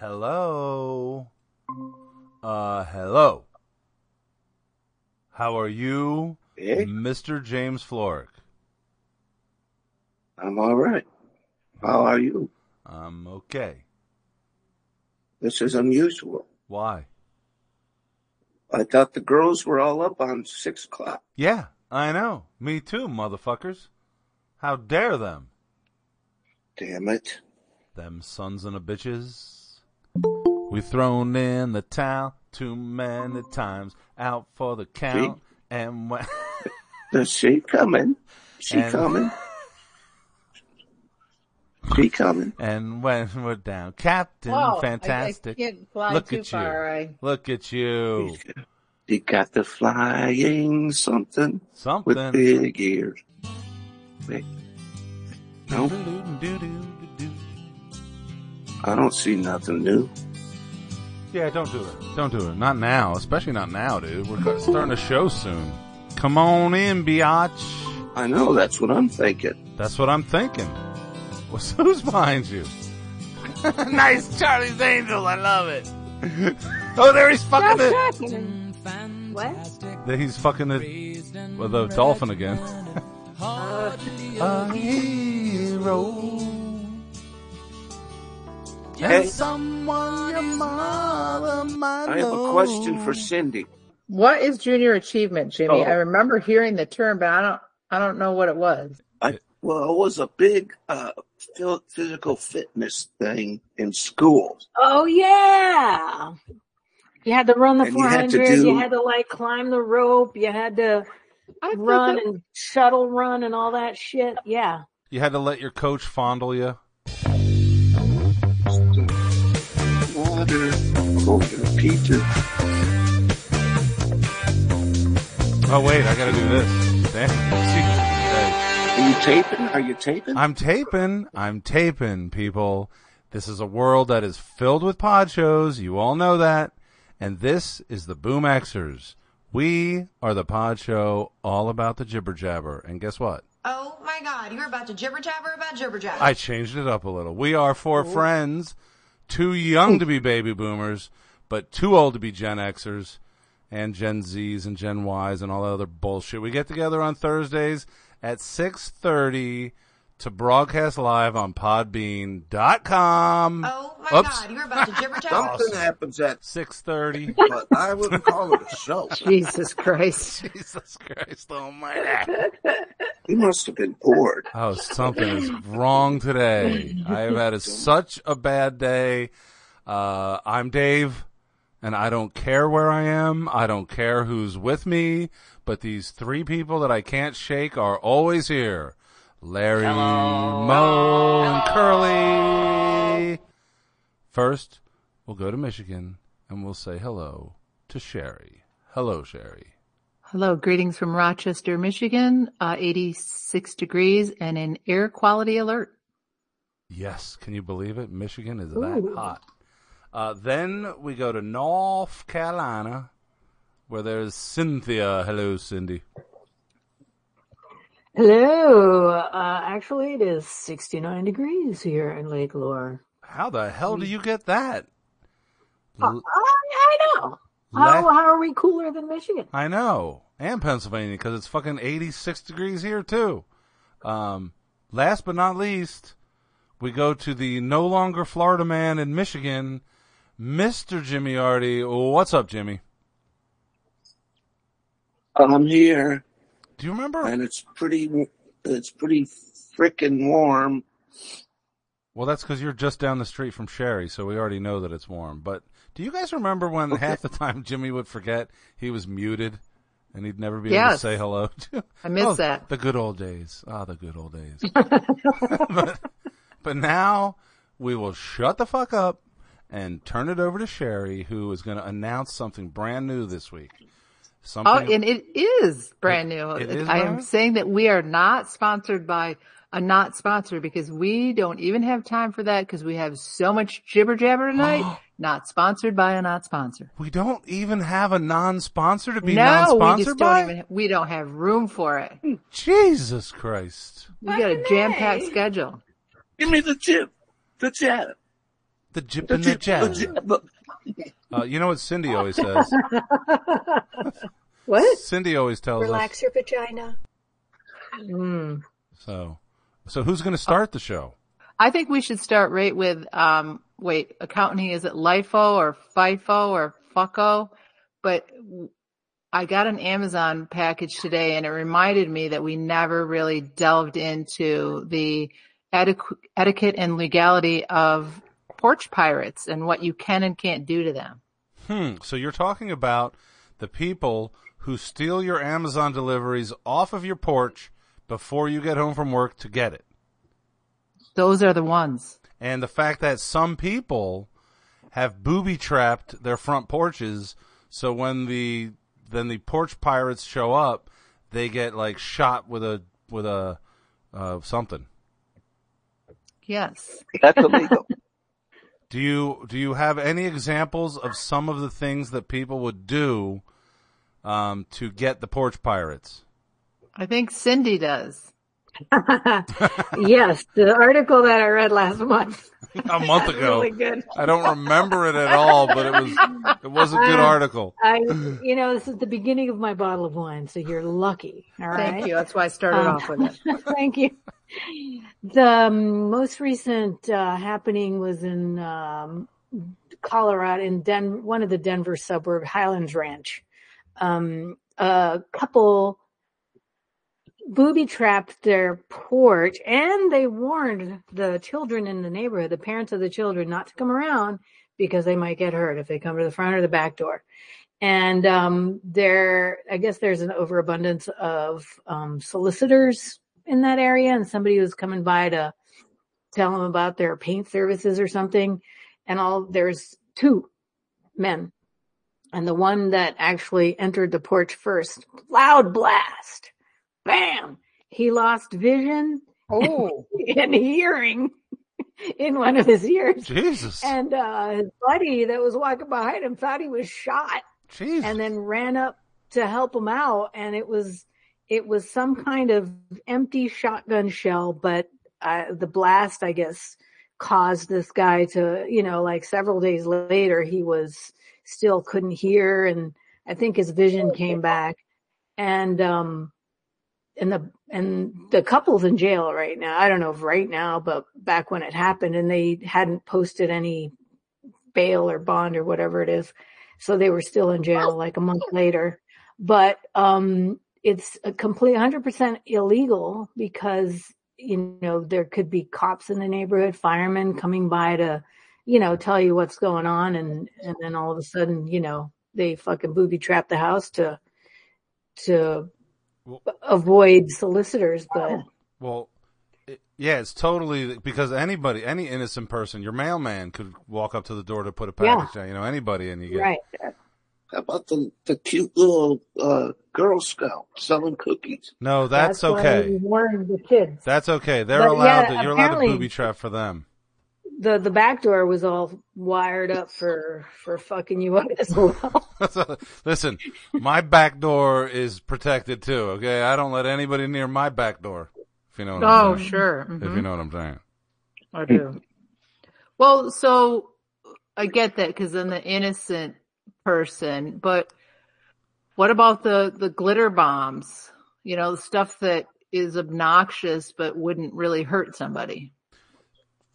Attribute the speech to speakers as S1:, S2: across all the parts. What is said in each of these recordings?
S1: Hello. Uh, hello. How are you,
S2: Hey,
S1: Mm-hmm. Mr. James Florick?
S2: I'm all right. How are you?
S1: I'm okay.
S2: This is unusual.
S1: Why?
S2: I thought the girls were all up on six o'clock.
S1: Yeah, I know. Me too, motherfuckers. How dare them?
S2: Damn it.
S1: Them sons and a bitches. We thrown in the towel too many times, out for the count, and when
S2: Is she coming? She
S1: And-
S2: coming? She coming?
S1: and when we're down, Captain
S3: Whoa, I-
S1: Fantastic.
S3: I, can't fly
S1: Look
S3: too
S1: at you.
S3: far. I,
S1: Look at you.
S2: He got the flying something with
S1: Something.
S2: big ears. Wait. No,
S1: Doo-doo-doo-doo-doo-doo.
S2: I don't see nothing new.
S1: Yeah, don't do it. Don't do it. Not now. Especially not now, dude. We're go- starting a show soon. Come on in, biatch.
S2: I know that's what I'm thinking.
S1: That's what I'm thinking. What's, who's behind you? nice Charlie's Angel. I love it. oh, there he's fucking
S3: Stop
S1: the,
S3: talking. to me. What?
S1: there he's fucking the, well, the dolphin again.
S3: Uh,
S1: a hero.
S2: Hey.
S1: someone your mother might
S2: I have a question for
S1: know.
S2: Cindy.
S3: what is junior achievement,
S2: Oh.
S3: Jimmy? I remember hearing the term, but I don't. I don't know what it was.
S2: I well, it was a big uh, phil- physical fitness thing in school.
S4: Oh yeah. You had to run the
S2: And you had
S4: 400.
S2: to
S4: You had,
S2: do-
S4: to like climb the rope. You had to
S3: I thought
S4: run
S3: that-
S4: and shuttle run and all that shit. Yeah.
S1: You had to let your coach fondle you.
S2: Water, golden pizza.
S1: Oh wait, I gotta do this. Damn. Hey,
S2: Are you taping? Are you taping?
S1: I'm taping. I'm taping, people. This is a world that is filled with pod shows. You all know that. And this is the Boom Xers. We are the pod show all about the jibber jabber. And guess what?
S5: Oh my god, you're about to jibber jabber about jibber jabber.
S1: I changed it up a little. We are four friends, too young to be baby boomers, but too old to be Gen Xers and Gen Zs and Gen Ys and all that other bullshit. We get together on Thursdays at 6:30 to broadcast live on podbean.com.
S5: oh my
S1: Oops.
S5: god, you're about to jibber jabber.
S2: Something happens at,
S1: 6:30.
S2: but I wouldn't call it a show.
S3: Jesus Christ.
S1: Jesus Christ oh almighty.
S2: He must have been bored.
S1: Oh, something is wrong today. I have had a, such a bad day. Uh, I'm Dave, and I don't care where I am. I don't care who's with me, but these three people that I can't shake are always here. Larry, Mo, and Curly. First, we'll go to Michigan and we'll say hello to Sherry. Hello, Sherry.
S3: Hello, greetings from Rochester, Michigan. Uh, 86 degrees and an air quality alert.
S1: Yes, can you believe it? Michigan is that hot. Uh, then we go to North Carolina, where there's Cynthia. Hello, Cindy.
S4: Hello. Uh, actually, it is 69 degrees here in Lake Lore.
S1: How the hell do you get that?
S4: I,
S1: L-
S4: I know. How,
S1: Le-
S4: how are we cooler than Michigan?
S1: I know, and Pennsylvania, because it's fucking 86 degrees here too. Um, last but not least, we go to the no longer Florida man in Michigan, Mister Jimmy Artie. What's up, Jimmy?
S2: I'm here,
S1: Do you remember?
S2: and it's pretty. It's pretty frickin' warm.
S1: Well, that's because you're just down the street from Sherry, so we already know that it's warm. But do you guys remember when half the time Jimmy would forget he was muted and he'd never be able to
S3: Yes.
S1: say hello? To...
S3: I miss
S1: Oh,
S3: that.
S1: The good old days. Ah, the good old days. but, but now we will shut the fuck up and turn it over to Sherry, who is going to announce something brand new this week. Something.
S3: Oh, and it is brand new.
S1: It is
S3: I
S1: brand
S3: am
S1: new?
S3: saying that we are not sponsored by a not sponsor because we don't even have time for that because we have so much jibber jabber tonight. not sponsored by a not sponsor.
S1: we don't even have a non-sponsor to be
S3: no, we
S1: non-sponsored
S3: just
S1: by.
S3: don't even, we don't have room for it. We
S1: Jesus Christ.
S3: got a jam packed schedule.
S2: Give me the tip. The tip.
S1: The jip and the jab.
S2: But-
S1: Uh, you know what Cindy always says?
S4: What?
S1: Cindy always tells
S6: Relax your vagina.
S4: Mm.
S1: us. So, so who's going to start the show?
S3: I think we should start right with, um, wait, accounting, is it LIFO or FIFO or FUCO? But w- I got an Amazon package today and it reminded me that we never really delved into the etiqu- etiquette and legality of porch pirates and what you can and can't do to them.
S1: Hmm. So you're talking about the people who steal your Amazon deliveries off of your porch before you get home from work to get it.
S3: Those are the ones.
S1: And the fact that some people have booby trapped their front porches. So when the, then the porch pirates show up, they get like shot with a, with a, uh, something.
S3: Yes.
S2: That's illegal.
S1: Do you do you have any examples of some of the things that people would do um, to get the porch pirates?
S3: I think Cindy does.
S4: yes, the article that I read last month.
S1: A month
S4: That's
S1: ago,
S2: Oh.
S4: Really good.
S1: I don't remember it at all, but it was it was a good article.
S4: I, you know, this is the beginning of my bottle of wine, so you're lucky. All right.
S3: Thank you. That's why I started
S4: Um,
S3: off with it.
S4: Thank you. The um, most recent uh, happening was in um, Colorado, in Den- one of the Denver suburb, Highlands Ranch. Um, a couple booby trapped their porch, and they warned the children in the neighborhood, the parents of the children, not to come around because they might get hurt if they come to the front or the back door. And um, there, I guess there's an overabundance of um, solicitors in that area and somebody was coming by to tell them about their paint services or something and all there's two men and the one that actually entered the porch first loud blast bam he lost vision
S3: Oh,
S4: and hearing in one of his ears
S1: Jesus,
S4: and uh his buddy that was walking behind him thought he was shot
S1: Jesus,
S4: and then ran up to help him out and it was it was some kind of empty shotgun shell but uh, the blast i guess caused this guy to you know like several days later he was still couldn't hear and i think his vision came back and um and the and the couple's in jail right now i don't know if right now but back when it happened and they hadn't posted any bail or bond or whatever it is so they were still in jail like a month later but um it's a complete 100% illegal because you know there could be cops in the neighborhood firemen coming by to you know tell you what's going on and and then all of a sudden you know they fucking booby trap the house to to
S1: Well- Oh,
S4: avoid solicitors but
S1: well, it, yeah, it's totally because anybody, any innocent person, your mailman could walk up to the door to put a package down. You know, anybody, and you get
S4: right
S2: How about the, the cute little uh, Girl Scout selling cookies?
S1: no, that's,
S4: why
S1: okay.
S4: we warned the kids
S1: That's okay. They're
S4: But
S1: allowed.
S4: yeah,
S1: to, you're allowed to
S4: apparently-
S1: booby trap for them.
S4: the the back door was all wired up for for fucking you up as well
S1: Listen, my back door is protected too. Okay, I don't let anybody near my back door. If you know what
S3: oh,
S1: I'm saying.
S3: sure. Mhm.
S1: If you know what I'm saying.
S3: I do. Well, so I get that because I'm the innocent person, but what about the, the glitter bombs? You know, the stuff that is obnoxious but wouldn't really hurt somebody.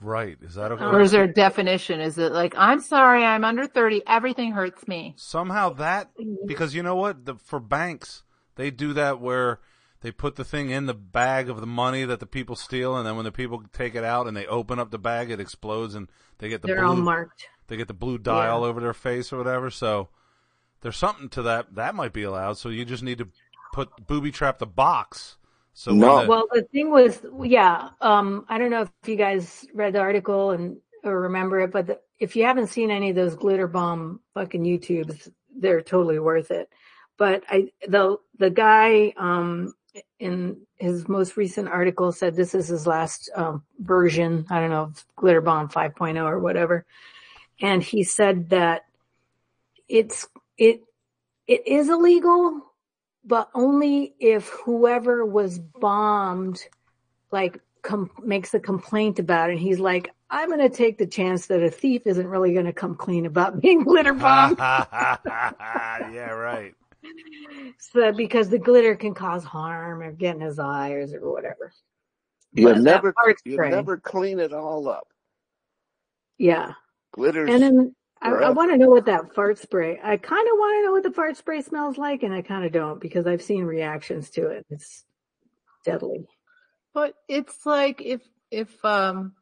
S1: Right? Is that okay?
S3: Or is there a definition? Is it like, I'm sorry, I'm under 30, everything hurts me.
S1: Somehow that because you know what the, for banks they do that where they put the thing in the bag of the money that the people steal, and then when the people take it out and they open up the bag, it explodes, and they get the
S4: they're
S1: blue,
S4: all marked
S1: they get the blue dye
S4: Yeah.
S1: all over their face or whatever. So there's something to that. That might be allowed. So you just need to put booby trap the box. So when
S2: No.
S1: the-
S4: Well, the thing was, yeah, um, I don't know if you guys read the article and or remember it, but the, if you haven't seen any of those glitter bomb fucking YouTubes, they're totally worth it. But I, the the guy um, in his most recent article said this is his last um, version. I don't know, of glitter bomb 5.0 or whatever, and he said that it's it it is illegal, but only if whoever was bombed like com- makes a complaint about it. And he's like, I'm going to take the chance that a thief isn't really going to come clean about being glitter
S1: Ah.
S4: bombed.
S1: yeah, right.
S4: so because the glitter can cause harm or get in his eyes or whatever.
S2: You
S4: But that
S2: never,
S4: part's
S2: you
S4: great.
S2: never clean it all up.
S4: Yeah.
S2: Glitters.
S4: And then I, I
S2: Forever.
S4: want to know what that fart spray. I kind of want to know what the fart spray smells like, and I kind of don't because I've seen reactions to it. It's deadly.
S3: But it's like if if um,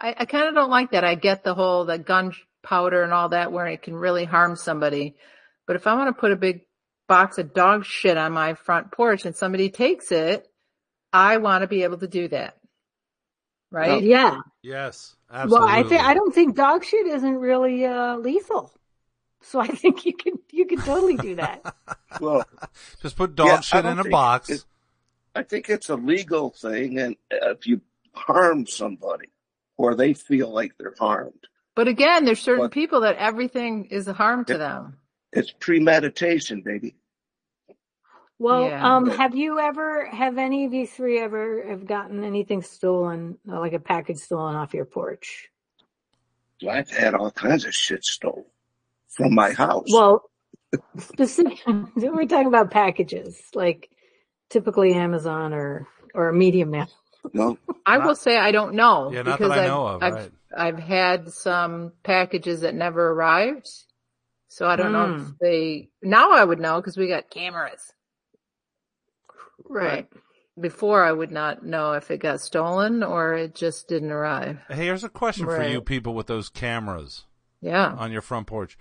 S3: I I kind of don't like that. I get the whole the gunpowder and all that where it can really harm somebody. But if I want to put a big box of dog shit on my front porch and somebody takes it, I want to be able to do that, right?
S4: Yeah.
S1: Yes, absolutely.
S4: Well, I think I don't think dog shit isn't really uh, lethal, so I think you can you can totally do that.
S2: well,
S1: Just put dog
S2: Yeah, I
S1: shit
S2: don't
S1: in a
S2: think
S1: box.
S2: it- I think it's a legal thing, and uh, if you harm somebody or they feel like they're harmed,
S3: But again, there's certain
S2: What?
S3: people that everything is a harm to
S2: Yeah.
S3: them.
S2: it's premeditation, baby.
S4: Well,
S3: Yeah.
S4: um, have you ever have any of you three ever have gotten anything stolen, uh, like a package stolen off your porch?
S2: So I've had all kinds of shit stolen from my house.
S4: Well, specific. we're talking about packages, like typically Amazon or or Medium now.
S2: no,
S3: I
S1: Not-
S3: will say I don't know.
S1: Yeah, not
S3: because
S1: that I
S3: I've-
S1: know of.
S3: I've,
S1: right.
S3: I've had some packages that never arrived. So I don't know if
S4: Mm.
S3: they, now I would know because we got cameras.
S4: Right.
S3: Before I would not know if it got stolen or it just didn't arrive.
S1: Hey, here's a question for
S4: Right.
S1: you people with those cameras
S3: Yeah.
S1: on your front porch.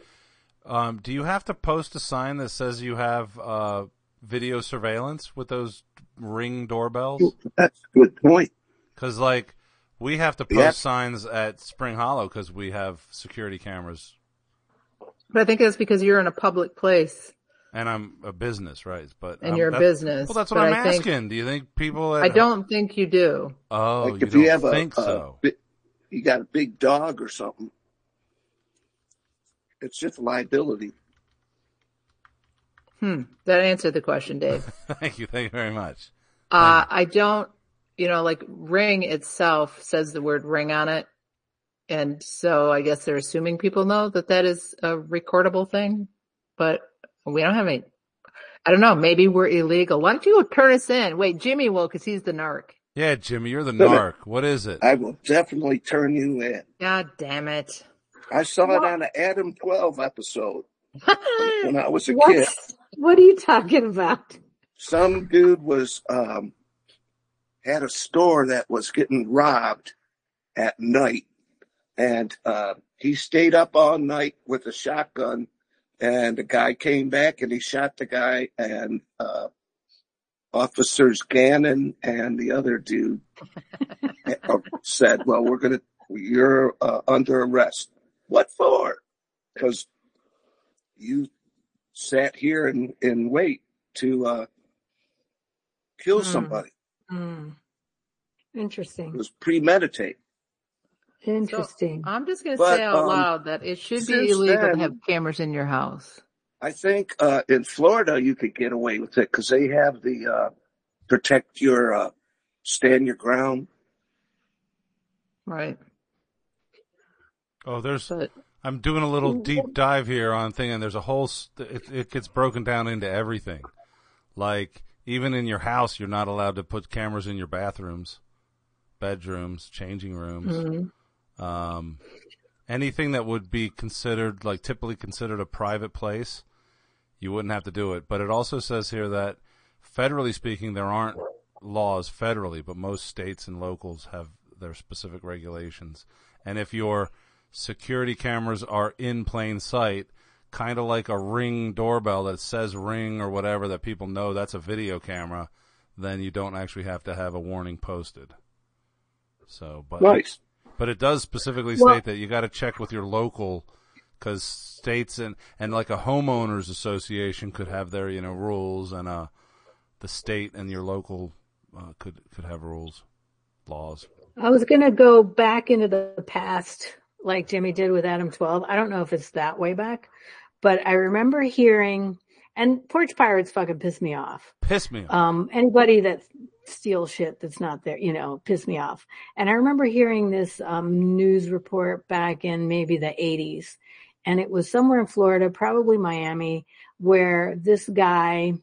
S1: Um, do you have to post a sign that says you have uh, video surveillance with those ring doorbells?
S2: that's a good point.
S1: Because like we have to post
S2: Yeah.
S1: signs at Spring Hollow because we have security cameras,
S3: But I think that's because you're in a public place
S1: and I'm a business, right? But
S3: and
S1: I'm-
S3: you're a
S1: that's-
S3: business.
S1: Well, that's what I'm
S3: but I think-
S1: asking. do you think people? At,
S3: I don't think you do.
S1: Oh,
S2: like
S1: you
S2: if
S1: don't
S2: you have a, uh,
S1: think
S2: a
S1: so?
S2: bi- you got a big dog or something, it's just liability.
S3: Hmm. That answered the question, Dave.
S1: Thank you. Thank you very much.
S3: Uh, I don't, you know, like ring itself says the word ring on it. And so I guess they're assuming people know that that is a recordable thing, but we don't have any, I don't know. Maybe we're illegal. Why don't you turn us in? Wait, Jimmy will, cause he's the narc.
S1: Yeah, Jimmy, you're the
S2: Wait a minute.
S1: narc. What is it?
S2: I will definitely turn you in.
S3: God damn it.
S2: I saw
S4: What?
S2: it on an Adam 12 episode when I was a kid.
S4: What? What are you talking about?
S2: some dude was um had a store that was getting robbed at night and uh he stayed up all night with a shotgun and the guy came back and he shot the guy and uh officers gannon and the other dude uh, said well we're gonna you're uh, under arrest what for because you sat here and, and wait to uh kill
S4: Hmm.
S2: somebody
S4: Hmm.
S2: It
S4: Interesting.
S2: was premeditate.
S4: Interesting.
S3: I'm just going to
S2: But,
S3: say out
S2: um,
S3: loud that it should be
S2: since
S3: illegal to
S2: then-
S3: have cameras in your house.
S2: I think uh, in Florida you could get away with it because they have the uh, protect your uh, stand your ground.
S3: Right.
S1: Oh, there's.
S3: But
S1: I'm doing a little deep dive here on thing, and there's a whole. St- it, it gets broken down into everything. Like even in your house, you're not allowed to put cameras in your bathrooms, bedrooms, changing rooms.
S3: mm,
S1: um, anything that would be considered like typically considered a private place, you wouldn't have to do it. But it also says here that federally speaking, there aren't laws federally, but most states and locals have their specific regulations. And if your security cameras are in plain sight, kind of like a ring doorbell that says ring or whatever that people know that's a video camera, then you don't actually have to have a warning posted. So, but
S2: Nice.
S1: but it does specifically state
S4: Well-
S1: that you got to check with your local, because states and and like a homeowners association could have their you know rules, and uh, the state and your local uh, could could have rules, laws.
S4: I was going to go back into the past, like Jimmy did with Adam 12. I don't know if it's that way back, but I remember hearing, and Porch Pirates fucking pissed me off.
S1: Piss me off.
S4: Um, anybody that steal shit that's not there, you know, piss me off. And I remember hearing this um, news report back in maybe the 80s, and it was somewhere in Florida, probably Miami, where this guy,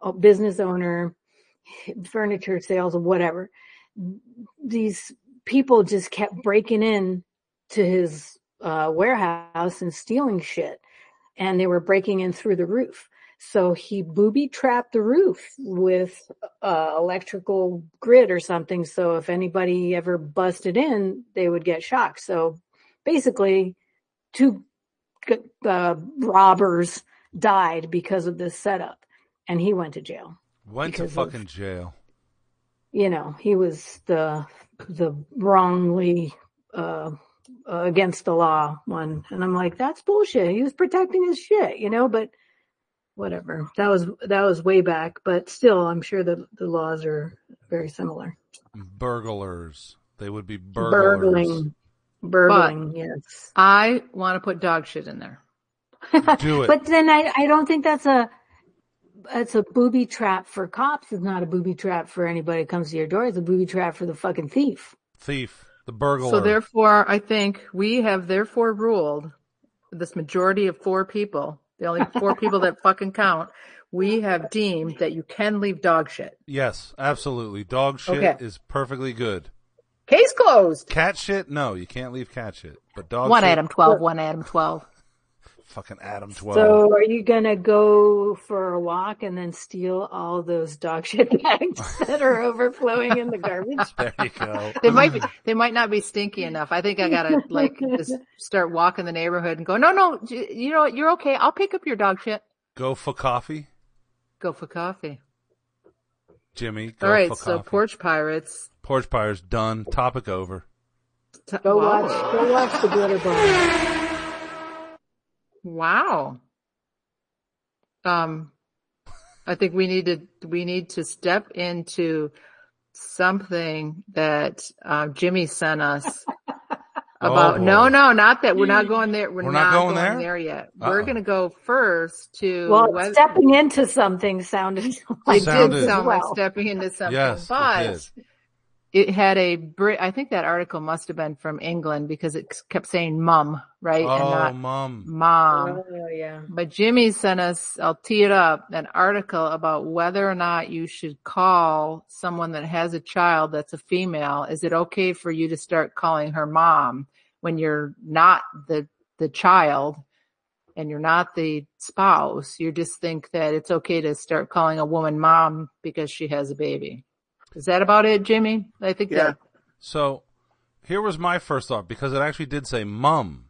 S4: a business owner, furniture sales, or whatever, these people just kept breaking in to his uh, warehouse and stealing shit. And they were breaking in through the roof. So he booby trapped the roof with uh, electrical grid or something. So if anybody ever busted in, they would get shocked. So basically, two uh, robbers died because of this setup, and he went to jail.
S1: Went to
S4: Because
S1: fucking
S4: of-
S1: jail.
S4: You know, he was the the wrongly uh, uh, against the law one, and I'm like, that's bullshit. He was protecting his shit, you know, but. Whatever. That was that was way back, but still, I'm sure that the laws are very similar.
S1: Burglars. They would be burglars.
S4: Burgling, burgling, yes.
S3: I want to put dog shit in there.
S1: Do it.
S4: But then I, I don't think that's a that's a booby trap for cops. It's not a booby trap for anybody that comes to your door. It's a booby trap for the fucking thief.
S1: Thief. The burglar.
S3: So therefore, I think we have therefore ruled this majority of four people, the only four people that fucking count, we have deemed that you can leave dog shit.
S1: yes, absolutely. Dog shit
S3: Okay.
S1: is perfectly good.
S3: Case closed.
S1: Cat shit? No, you can't leave cat shit. But dog
S3: One
S1: shit.
S3: Adam 12, one Adam 12.
S1: Fucking Adam 12.
S4: So are you gonna go for a walk and then steal all those dog shit bags that are overflowing in the garbage?
S1: there you go.
S3: They might be, they might not be stinky enough. I think I gotta like just start walking the neighborhood and go, no, no, j- you know what? You're okay. I'll pick up your dog shit.
S1: Go for coffee.
S3: Go for coffee.
S1: Jimmy, go
S3: All right.
S1: for
S3: So
S1: coffee.
S3: porch pirates.
S1: Porch Pirates done. Topic over.
S3: T-
S4: Go
S3: wow.
S4: watch, go watch the glitter bomb.
S3: Wow. Um, I think we need to, we need to step into something that um, Jimmy sent us
S1: Oh,
S3: about.
S1: boy.
S3: no, no, not that. We're not going there. We're, not, going, there? yet. We're
S1: Uh-oh.
S3: going to go first to
S4: Well,
S3: whether-
S4: stepping into something sounded like
S3: it
S1: Sounded.
S4: this
S3: did
S4: as
S3: sound like
S4: well.
S3: stepping into something,
S1: Yes, it
S3: but
S1: did.
S3: it had a Brit. I think that article must have been from England because it kept saying "mum" right and
S1: Oh,
S3: not
S1: mom.
S3: "mom."
S4: Oh yeah.
S3: But Jimmy sent us, I'll tee it up, an article about whether or not you should call someone that has a child that's a female. Is it okay for you to start calling her mom when you're not the, the child and you're not the spouse? You just think that it's okay to start calling a woman mom because she has a baby. Is that about it, Jimmy? I think
S2: Yeah.
S3: that
S1: So here was my first thought because it actually did say mum,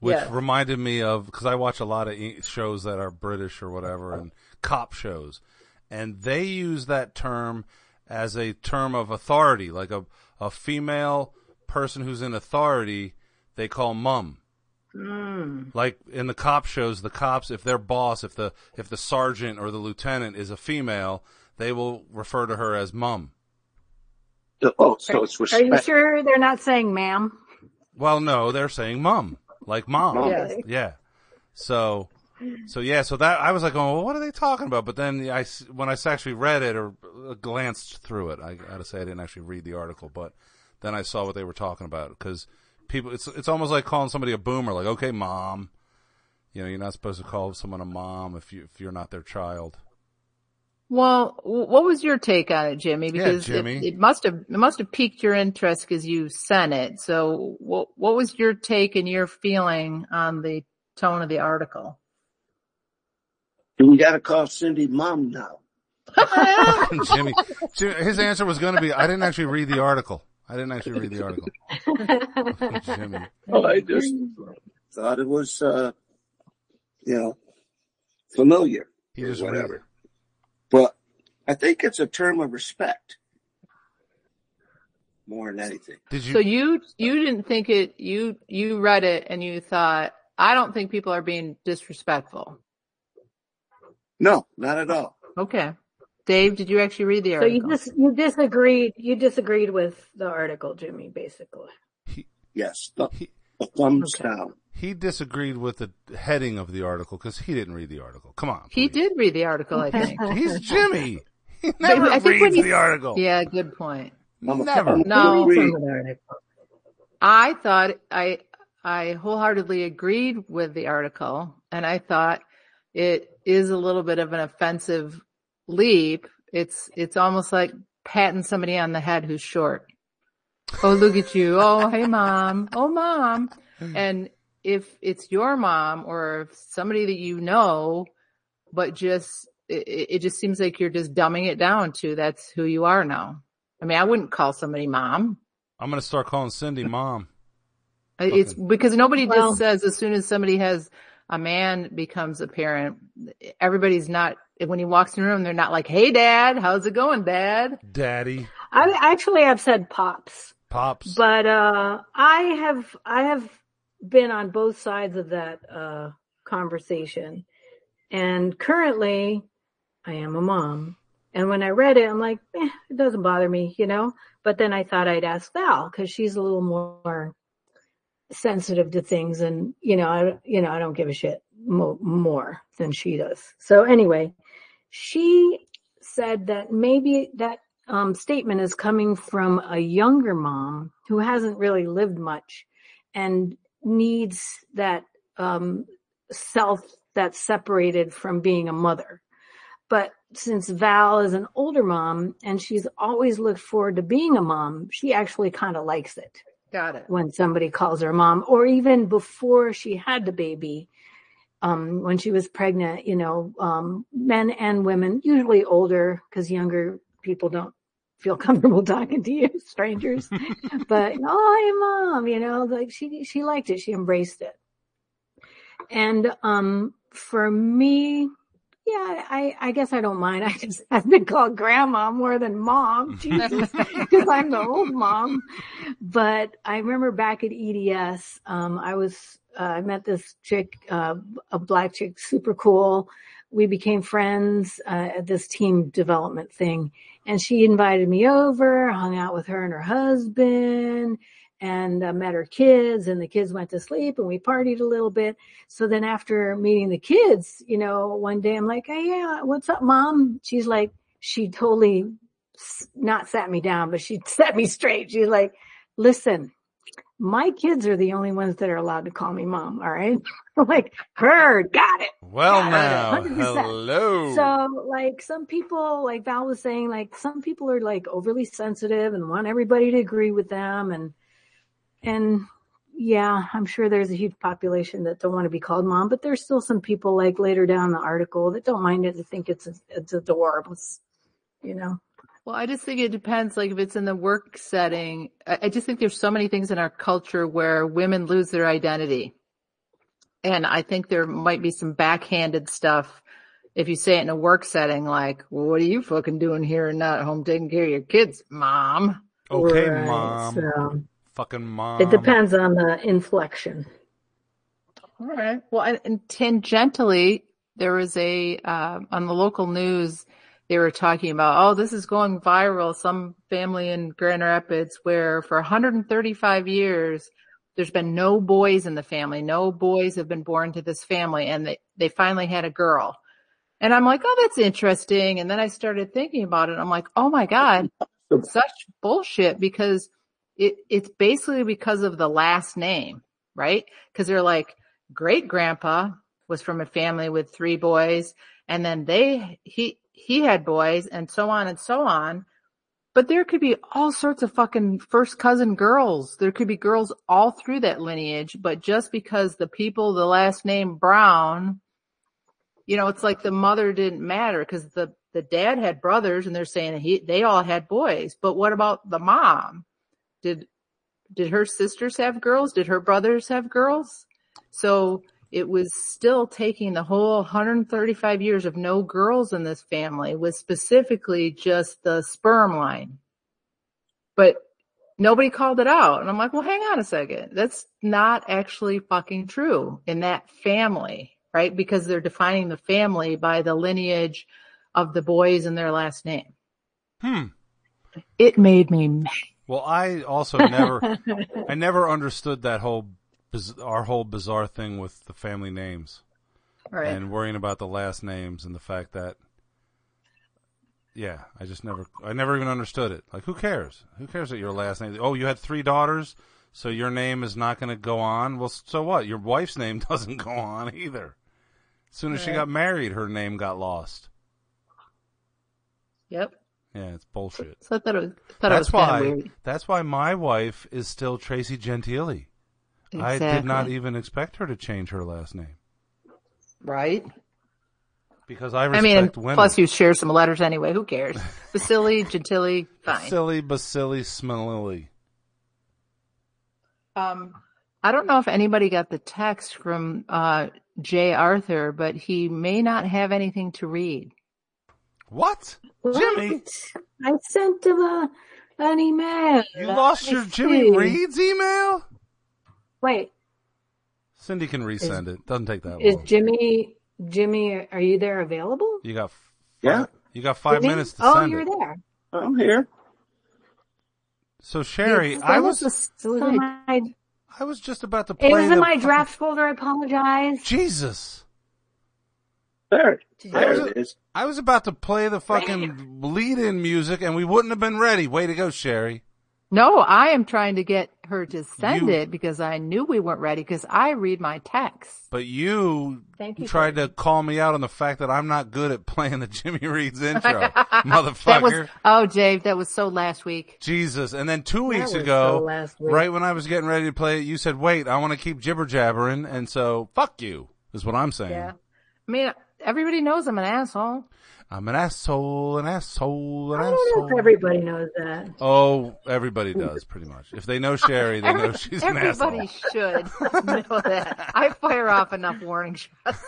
S1: which
S3: Yeah.
S1: reminded me of because I watch a lot of e- shows that are British or whatever and cop shows, and they use that term as a term of authority, like a a female person who's in authority, they call mum. Like in the cop shows, the cops, if their boss, if the if the sergeant or the lieutenant is a female, they will refer to her as mum.
S2: The- oh, so it's
S4: Are you
S2: respect.
S4: sure they're not saying ma'am?
S1: Well, no, they're saying mum, like mom.
S2: Mum.
S3: Yes.
S1: Yeah. So, so yeah, so that, I was like, oh, well, what are they talking about? But then I, s- when I s- actually read it or uh, glanced through it, I gotta say I didn't actually read the article, but then I saw what they were talking about. Cause people, it's, it's almost like calling somebody a boomer, like, okay, mom. You know, you're not supposed to call someone a mom if you, if you're not their child.
S3: Well, w- what was your take on it, Jimmy?
S1: Yeah,
S3: Because
S1: Jimmy.
S3: It, it must have it must have piqued your interest because you sent it. So, what what was your take and your feeling on the tone of the article?
S2: Do we got to call Cindy mom now?
S1: Fucking Jimmy, Jimmy, his answer was going to be, I didn't actually read the article. I didn't actually read the article. Fucking Jimmy.
S2: Oh, I just thought it was, uh, you know, familiar
S1: He
S2: or
S1: just read it.
S2: whatever. But I think it's a term of respect more than anything.
S1: Did you?
S3: So you you didn't think it you you read it and you thought I don't think people are being disrespectful.
S2: No, not at all.
S3: Okay, Dave, did you actually read the
S4: So you
S3: article?
S4: dis you disagreed you disagreed with the article, Jimmy, basically.
S2: Yes, th-
S1: He,
S2: thumbs
S3: Okay.
S2: down.
S1: he disagreed with the heading of the article because he didn't read the article. Come on.
S3: he
S1: please.
S3: did read the article, I think.
S1: He's Jimmy. He never
S3: I think when
S1: reads
S3: he-
S1: the article.
S3: Yeah, good point.
S1: Never.
S3: No.
S4: Read
S2: Read.
S4: some of the article.
S3: I thought I I wholeheartedly agreed with the article and I thought it is a little bit of an offensive leap. It's it's almost like patting somebody on the head who's short. Oh look at you. Oh hey mom. Oh mom. And if it's your mom or if somebody that you know, but just it, it it just seems like you're just dumbing it down to that's who you are now. I mean, I wouldn't call somebody mom.
S1: I'm gonna start calling Cindy mom.
S3: I- It's because nobody
S4: Well-
S3: just says as soon as somebody has a man becomes a parent, everybody's not when he walks in the room, they're not like, "Hey, Dad, how's it going, Dad?"
S1: Daddy,
S4: I actually I've said pops,
S1: pops.
S4: but uh, I have I have been on both sides of that uh, conversation, and currently I am a mom. And when I read it, I'm like, eh, it doesn't bother me, you know. But then I thought I'd ask Val because she's a little more sensitive to things, and you know, I you know I don't give a shit mo- more than she does. So anyway, she said that maybe that um, statement is coming from a younger mom who hasn't really lived much and needs that um, self that's separated from being a mother. But since Val is an older mom and she's always looked forward to being a mom, she actually kind of likes it
S3: Got it.
S4: when somebody calls her mom or even before she had the baby um, when she was pregnant you know um, men and women usually older because younger people don't feel comfortable talking to you strangers but oh hey mom you know like she she liked it she embraced it and um for me yeah i i guess i don't mind i just i've been called grandma more than mom jesus because i'm the old mom but I remember back at EDS, um, I was, uh, I met this chick, uh, a black chick, super cool. We became friends, uh, at this team development thing and she invited me over, hung out with her and her husband and uh, met her kids and the kids went to sleep and we partied a little bit. So then after meeting the kids, you know, one day I'm like, Hey, yeah, what's up, mom? She's like, she totally s- not sat me down, but she set me straight. She's like, listen, my kids are the only ones that are allowed to call me mom. All right. I'm like, heard, got it.
S1: Well
S4: Yeah,
S1: now,
S4: 100%.
S1: hello.
S4: So like some people, like Val was saying, like some people are like overly sensitive and want everybody to agree with them. And, and yeah, I'm sure there's a huge population that don't want to be called mom, but there's still some people like later down the article that don't mind it. They think it's, it's adorable. It's, you know,
S3: Well, I just think it depends. Like if it's in the work setting, I, I just think there's so many things in our culture where women lose their identity. And I think there might be some backhanded stuff. If you say it in a work setting, like, well, what are you fucking doing here and not home taking care of your kids, mom?
S1: okay,
S4: Right,
S1: mom.
S4: So
S1: Fucking mom.
S4: it depends on the inflection.
S3: All right. Well, and, and tangentially, there was a uh, on the local news they were talking about. Oh, this is going viral. Some family in Grand Rapids where for 135 years there's been no boys in the family. No boys have been born to this family, and they they finally had a girl. And I'm like, oh, that's interesting. And then I started thinking about it. I'm like, oh my god, such bullshit because it it's basically because of the last name, right? Because they're like great grandpa was from a family with three boys and then they he he had boys and so on and so on but there could be all sorts of fucking first cousin girls there could be girls all through that lineage but just because the people the last name brown you know it's like the mother didn't matter cuz the the dad had brothers and they're saying he they all had boys but what about the mom did did her sisters have girls did her brothers have girls so it was still taking the whole 135 years of no girls in this family with specifically just the sperm line. But nobody called it out. And I'm like, well, hang on a second. That's not actually fucking true in that family, right? Because they're defining the family by the lineage of the boys and their last name.
S1: Hmm.
S3: It made me mad.
S1: Well, I also never, I never understood that whole, biz- our whole bizarre thing with the family names
S3: Right.
S1: and worrying about the last names and the fact that yeah, I just never, I never even understood it. Like, who cares? Who cares that your last name? Oh, you had three daughters, so your name is not going to go on. Well, so what? Your wife's name doesn't go on either. As soon as she got married, her name got lost.
S3: Yep.
S1: Yeah, it's bullshit.
S3: So I thought it was, thought it was
S1: That's
S3: kind
S1: why.
S3: of weird.
S1: That's why my wife is still Tracy Gentili. I did not
S3: Exactly.
S1: even expect her to change her last name
S3: Right.
S1: because I
S3: I
S1: respect
S3: mean,
S1: women.
S3: plus you share some letters anyway. Who cares? Vasily, Gentili, fine.
S1: Silly Basili Smilili.
S3: Um, I don't know if anybody got the text from uh, Jay Arthur, but he may not have anything to read.
S1: What? Jimmy,
S4: What? I sent him a, an email.
S1: you lost
S4: I
S1: your Jimmy
S4: see.
S1: Reed's email?
S4: Wait,
S1: Cindy can resend it. Doesn't take that
S4: is
S1: long.
S4: Jimmy, Jimmy, are you there available?
S1: you got f-
S2: Yeah.
S1: five- You got five
S4: Jimmy?
S1: minutes to
S4: Oh,
S1: send
S4: you're
S1: it.
S4: there.
S2: I'm here.
S1: So Sherry,
S3: Yes,
S1: I
S3: that
S1: was
S3: the
S4: It's
S3: Slick.
S4: in my,
S1: I was just about to
S4: it
S1: play
S4: was
S1: the
S4: in my
S1: fu-
S4: draft folder. I apologize.
S1: Jesus.
S2: There,
S1: I was
S2: there it is.
S1: I was about to play the fucking lead in music and we wouldn't have been ready. Way to go, Sherry.
S3: No, I am trying to get her to send
S1: You-
S3: it because I knew we weren't ready because I read my texts.
S1: But you
S4: Thank you.
S1: tried
S4: Jimmy.
S1: to call me out on the fact that I'm not good at playing the Jimmy Reed's intro, motherfucker.
S3: That was, oh, Dave, that was so last week.
S1: Jesus. And then two weeks
S4: was
S1: ago,
S4: so last week.
S1: right when I was getting ready to play it, you said, wait, I want to keep jibber jabbering. And so fuck you is what I'm saying.
S3: Yeah. I mean, everybody knows I'm an asshole.
S1: I'm an asshole, an asshole, an
S4: I don't know
S1: asshole.
S4: if everybody knows that.
S1: oh, everybody does pretty much. If they know Sherry, they know
S3: Every-
S1: she's an
S3: everybody
S1: asshole.
S3: should know that. I fire off enough warning shots.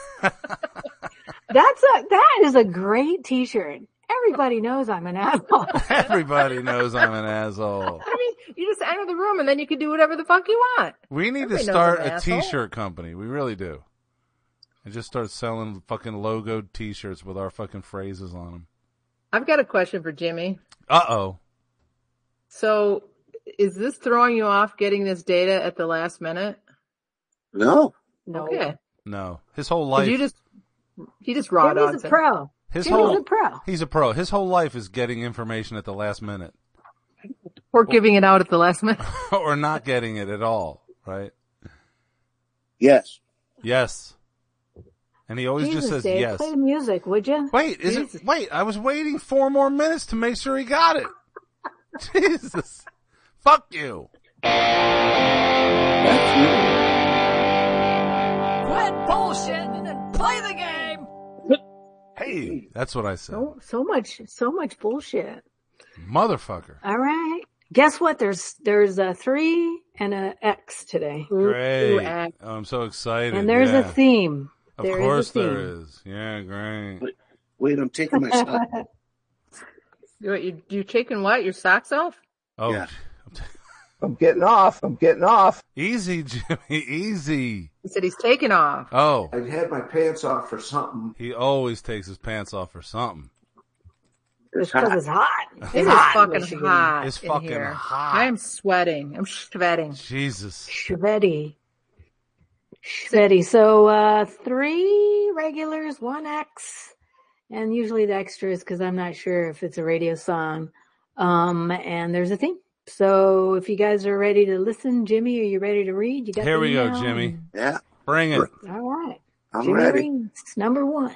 S4: That's a, that is a great t-shirt. Everybody knows I'm an asshole.
S1: Everybody knows I'm an asshole.
S3: I mean, you just enter the room and then you can do whatever the fuck you want.
S1: We need
S3: Everybody knows
S1: to start
S3: I'm an
S1: a
S3: asshole.
S1: shirt company. We really do. And just start selling fucking logoed t-shirts with our fucking phrases on them.
S3: I've got a question for Jimmy.
S1: Uh-oh.
S3: So, is this throwing you off getting this data at the last minute?
S2: No,
S4: No.
S3: Okay.
S1: No. His whole
S3: 'Cause
S1: life.
S3: You just you just raw
S4: Jimmy's
S3: dogs
S4: a
S3: it.
S4: pro.
S1: his
S4: Jimmy's
S1: whole
S4: a pro.
S1: He's a pro. His whole life is getting information at the last minute
S3: or giving it out at the last minute.
S1: or not getting it at all, right?
S2: yes.
S1: Yes. And he always
S4: Jesus,
S1: just says
S4: Dave,
S1: yes.
S4: play music, would you?
S1: Wait, is
S3: Jesus.
S1: it? Wait, I was waiting four more minutes to make sure he got it. Jesus, fuck you.
S2: That's
S6: Quit bullshit and play the game!
S1: Hey, that's what I said,
S4: So, so much, so much bullshit.
S1: motherfucker.
S4: All right. Guess what? There's, there's a three and a X today.
S1: Great.
S3: act.
S1: Oh, I'm so excited.
S4: And there's
S1: yeah.
S4: a theme.
S1: Of
S4: there is a
S1: course there
S4: theme.
S1: is. Yeah, great.
S2: Wait, I'm taking my stuff.
S3: You you you taking what? Your socks off?
S1: Oh,
S2: Yeah.
S7: I'm getting off. I'm getting off.
S1: easy, Jimmy, easy.
S3: He said he's taking off.
S1: Oh,
S2: I had my pants off for something.
S1: he always takes his pants off for something.
S4: It's because it's hot.
S3: It is
S4: hot in
S3: fucking
S4: Michigan.
S3: hot.
S1: It's
S3: in
S1: fucking
S3: here.
S1: hot.
S3: I am sweating. I'm sweating.
S1: Jesus.
S4: Shveddy. Shveddy. So uh three regulars, one X, and usually the extras because I'm not sure if it's a radio song. Um, and there's a theme. So if you guys are ready to listen, Jimmy, are you ready to read? You got
S1: Here
S4: the
S1: we go,
S4: email?
S1: Jimmy.
S2: Yeah,
S1: Bring it.
S4: All right.
S2: I'm
S4: Jimmy
S2: ready.
S4: reads number one.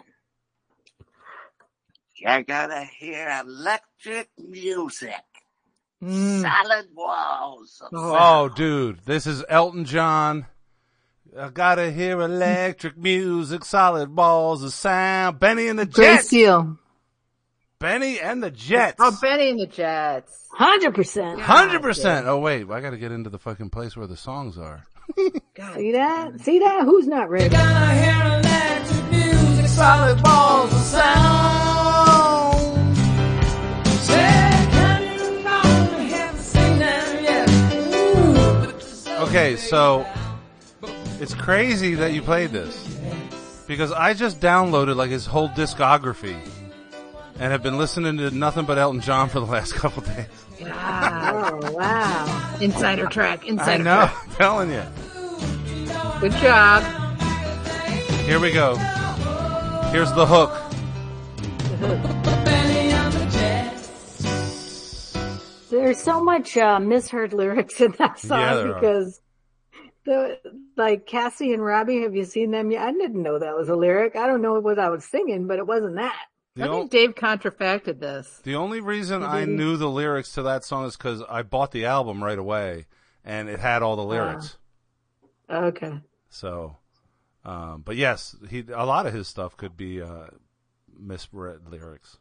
S2: You're gonna hear electric music,
S3: Mm.
S4: Hmm.
S2: solid walls. of
S3: Oh.
S1: Oh, dude, this is Elton John. I gotta hear electric music, solid balls of sound. Benny and the
S3: Great
S1: Jets.
S3: seal.
S1: Benny and the Jets.
S3: Oh, Benny and the Jets.
S4: Hundred percent.
S1: Hundred percent. Oh wait, I gotta get into the fucking place where the songs are.
S4: See that? See that? Who's not ready?
S1: Solid balls of sound. Okay, so it's crazy that you played this because I just downloaded like his whole discography and have been listening to nothing but Elton John for the last couple days.
S3: God.
S4: Oh wow.
S3: Insider track.
S1: I
S3: Insider
S1: know,
S3: track.
S1: I'm telling you.
S3: Good job.
S1: Here we go. Here's the hook.
S4: there's so much uh, misheard lyrics in that song
S1: Yeah, there are.
S4: because the like Cassie and Robbie, have you seen them yet? I didn't know that was a lyric. I don't know what I was singing, but it wasn't that.
S1: The,
S3: I
S1: o-
S3: think Dave contrafacted this.
S1: the only reason I
S4: didn't-
S1: knew the lyrics to that song is because I bought the album right away and it had all the lyrics.
S4: Okay.
S1: So, um, but yes, he a lot of his stuff could be uh, misread lyrics.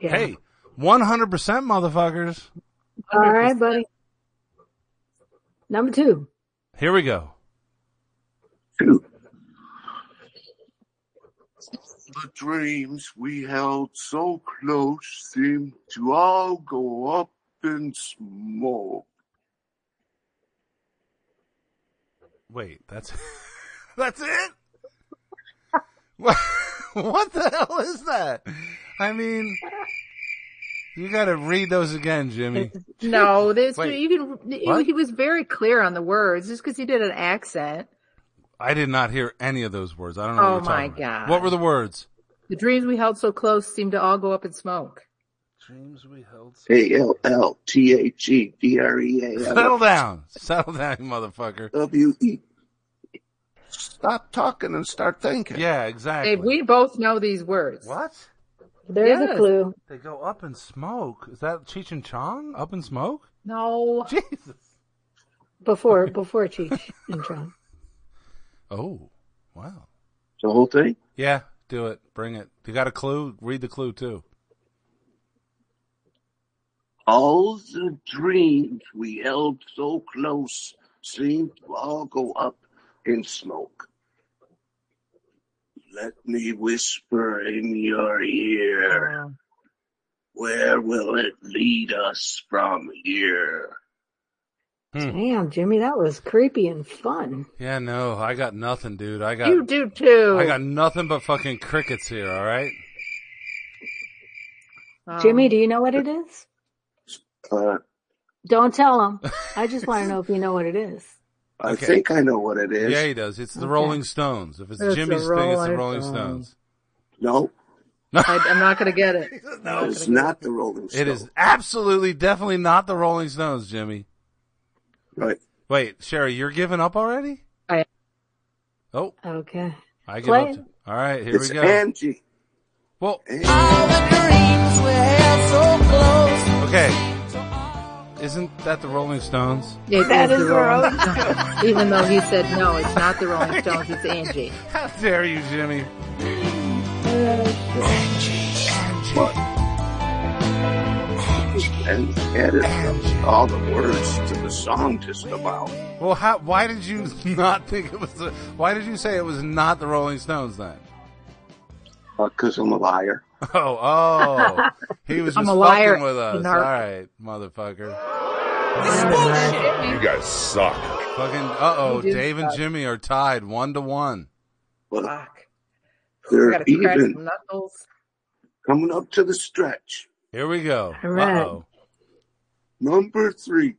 S4: Yeah.
S1: Hey, one hundred percent, motherfuckers!
S4: All right, buddy. Number two.
S1: Here we go.
S2: Two. The dreams we held so close seemed to all go up in smoke.
S1: Wait, that's that's it. What- what the hell is that? I mean, you got to read those again, Jimmy.
S3: No, there's
S1: Wait.
S3: you can.
S1: What?
S3: He, he was very clear on the words, just because he did an accent.
S1: I did not hear any of those words. I don't know.
S3: Oh
S1: what you're talking
S3: my
S1: about.
S3: God.
S1: What were the words?
S3: The dreams we held so close seemed to all go up in smoke.
S1: Dreams we held.
S2: A L L T H E D R E A
S1: Settle down, settle down, you motherfucker.
S2: W E. Stop talking and start thinking.
S1: Yeah, exactly.
S3: Dave, we both know these words.
S1: what?
S4: There's
S3: Yes.
S4: a clue.
S1: They go up in smoke. Is that Cheech and Chong? Up in smoke?
S3: No,
S1: Jesus.
S4: Before before Cheech and Chong.
S1: Oh, wow.
S2: The whole thing?
S1: Yeah, do it. Bring it. You got a clue? Read the clue too.
S2: All the dreams we held so close seem to all go up in smoke. Let me whisper in your ear. Where will it lead us from here?
S1: Hmm.
S4: Damn, Jimmy, that was creepy and fun.
S1: Yeah, no, I got nothing, dude. I got
S3: you do too.
S1: I got nothing but fucking crickets here. All right.
S3: Um,
S4: Jimmy, do you know what it is?
S2: Uh,
S4: Don't tell him. I just want to know if you know what it is.
S2: I
S1: Okay.
S2: think I know what it is.
S1: Yeah, he does. It's the
S4: Okay.
S1: Rolling Stones. If it's,
S3: It's the
S1: Jimmy's thing, it's the
S3: Rolling
S1: Rolling
S3: Stones.
S1: Stones.
S2: No,
S3: I, I'm not going to get it.
S1: No,
S2: it's not the Rolling Stones.
S1: It is absolutely, definitely not the Rolling Stones, Jimmy.
S2: Right.
S1: Wait, Sherry, you're giving up already?
S3: I-
S1: Oh,
S4: Okay.
S1: I give
S4: Play
S1: up.
S4: it.
S1: To, all right, here
S2: It's
S1: we go.
S2: Angie.
S1: well,
S2: Angie.
S1: okay. Isn't that the Rolling Stones?
S3: It
S4: That is
S3: the
S4: the
S3: Rolling
S4: Rolling
S3: Stones. Even though he said no, it's not the Rolling Stones. It's Angie.
S1: How dare you, Jimmy?
S2: and added all the words to the song just about.
S1: Well, how, why did you not think it was the, why did you say it was not the Rolling Stones then?
S2: Because I'm a liar.
S1: Oh, oh, he was
S3: I'm
S1: just
S3: a liar,
S1: fucking with us.
S3: narc.
S1: All right, motherfucker.
S8: You guys suck.
S1: Fucking, uh oh,
S3: He did
S1: Dave and
S3: suck.
S1: Jimmy are tied one to one.
S2: But
S3: Fuck. I
S2: they're
S3: got to crack some
S2: even
S3: knuckles.
S2: coming up to the stretch.
S1: Here we go.
S4: All right.
S1: Uh oh.
S2: Number three.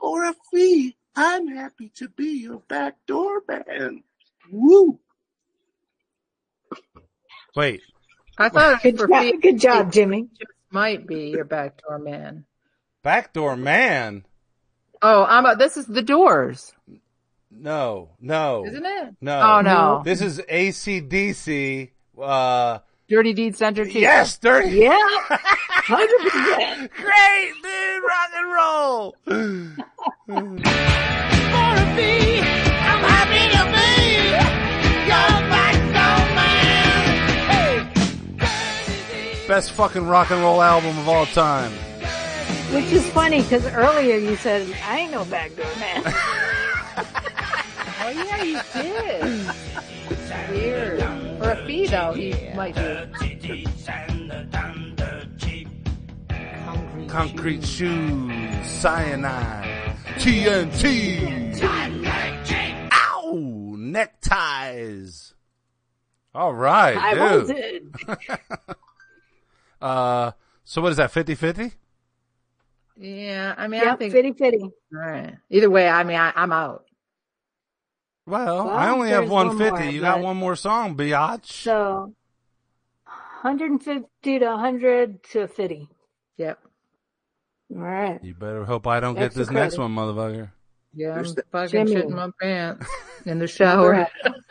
S2: For a fee, I'm happy to be your backdoor man. Woo!
S1: Wait,
S3: I thought it
S4: Good
S3: was for
S4: job,
S3: feet.
S4: good job Jimmy.
S3: Just might be your backdoor man.
S1: backdoor man?
S3: Oh, I'm. A, this is the Doors,
S1: No, no.
S3: isn't it?
S1: No.
S3: Oh no.
S1: This is ACDC. Uh,
S3: Dirty Deeds Under Teeth.
S1: yes, dirty.
S4: Yeah. 100%.
S1: Great, dude, rock and roll. Best fucking rock and roll album of all time.
S4: Which is funny because earlier you said, I ain't no backdoor man.
S3: Oh yeah, you did. Weird. For a fee though, you might be.
S1: Concrete shoes, cyanide, TNT. Ow, neckties. All right,
S4: I
S1: dude.
S4: wanted.
S1: Uh, so what is that? 50-50?
S3: Yeah, I mean, I
S4: Yep,
S3: think.
S4: fitty fitty.
S3: All right. Either way, I mean, I, I'm out.
S1: Well,
S4: Well,
S1: I only have
S4: there's one
S1: 150.
S4: more,
S1: you got
S4: but-
S1: one more song, biatch.
S4: So, 150 to 100 to 50.
S3: Yep.
S4: All right.
S1: You better hope I don't get
S4: Extra
S1: this next
S4: credit.
S1: one, motherfucker.
S3: Yeah, I'm
S2: There's the-
S3: fucking
S4: Jimmy.
S3: shitting my pants in the shower.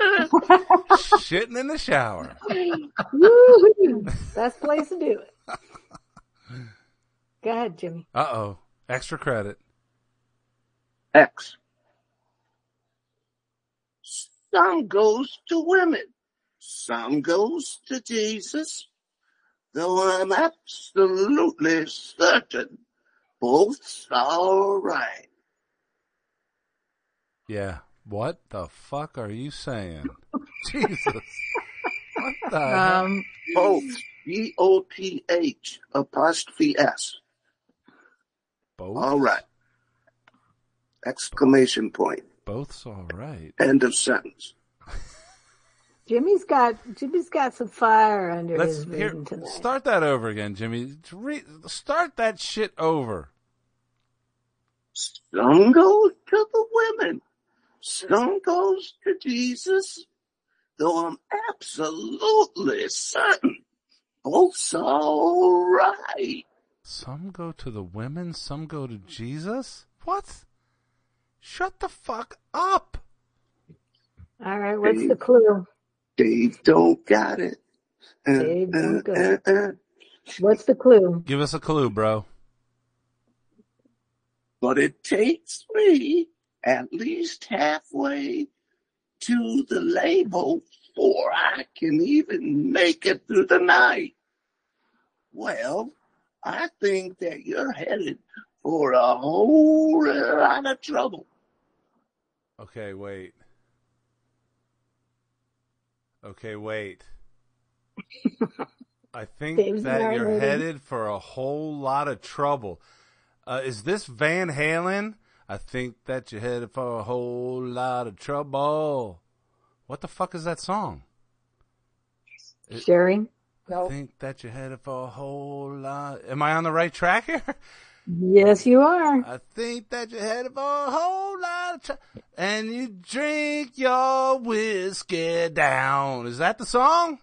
S1: Shitting in the shower.
S4: Woo-hoo. Best place to do it. Go ahead, Jimmy.
S1: Uh oh. Extra credit.
S2: X. Some goes to women. Some goes to Jesus. Though I'm absolutely certain both's all right.
S1: Yeah. What the fuck are you saying? Jesus. What the
S2: Uh,
S1: heck?
S3: Um,
S2: Both. B-O-P-H apostrophe S.
S1: Both,
S2: All right. Exclamation point.
S1: Both's all right.
S2: End of sentence.
S4: Jimmy's got Jimmy's got some fire under
S1: Let's
S4: his
S1: here,
S4: reading tonight.
S1: start that over again, Jimmy. Re- start that shit over.
S2: Some goes to the women. Some goes to Jesus. Though I'm absolutely certain both's all right.
S1: Some go to the women, some go to Jesus. What? Shut the fuck up.
S4: All right, what's the clue?
S2: Dave don't got it. Uh,
S4: Dave don't
S2: uh,
S4: got it.
S2: uh, uh.
S4: What's the clue?
S1: Give us a clue, bro.
S2: But it takes me at least halfway to the label before I can even make it through the night. Well, I think that you're headed for a whole lot of trouble.
S1: Okay, wait. Okay, wait. I think
S4: Dave's
S1: that you're
S4: narrating.
S1: headed for a whole lot of trouble. Uh, is this Van Halen? I think that you're headed for a whole lot of trouble. What the fuck is that song? It-
S4: Sherry?
S1: I think that you're headed for a whole lot. Am I on the right track here?
S4: Yes, you are.
S1: I think that you're headed for a whole lot of tr- and you drink your whiskey down. Is that the song?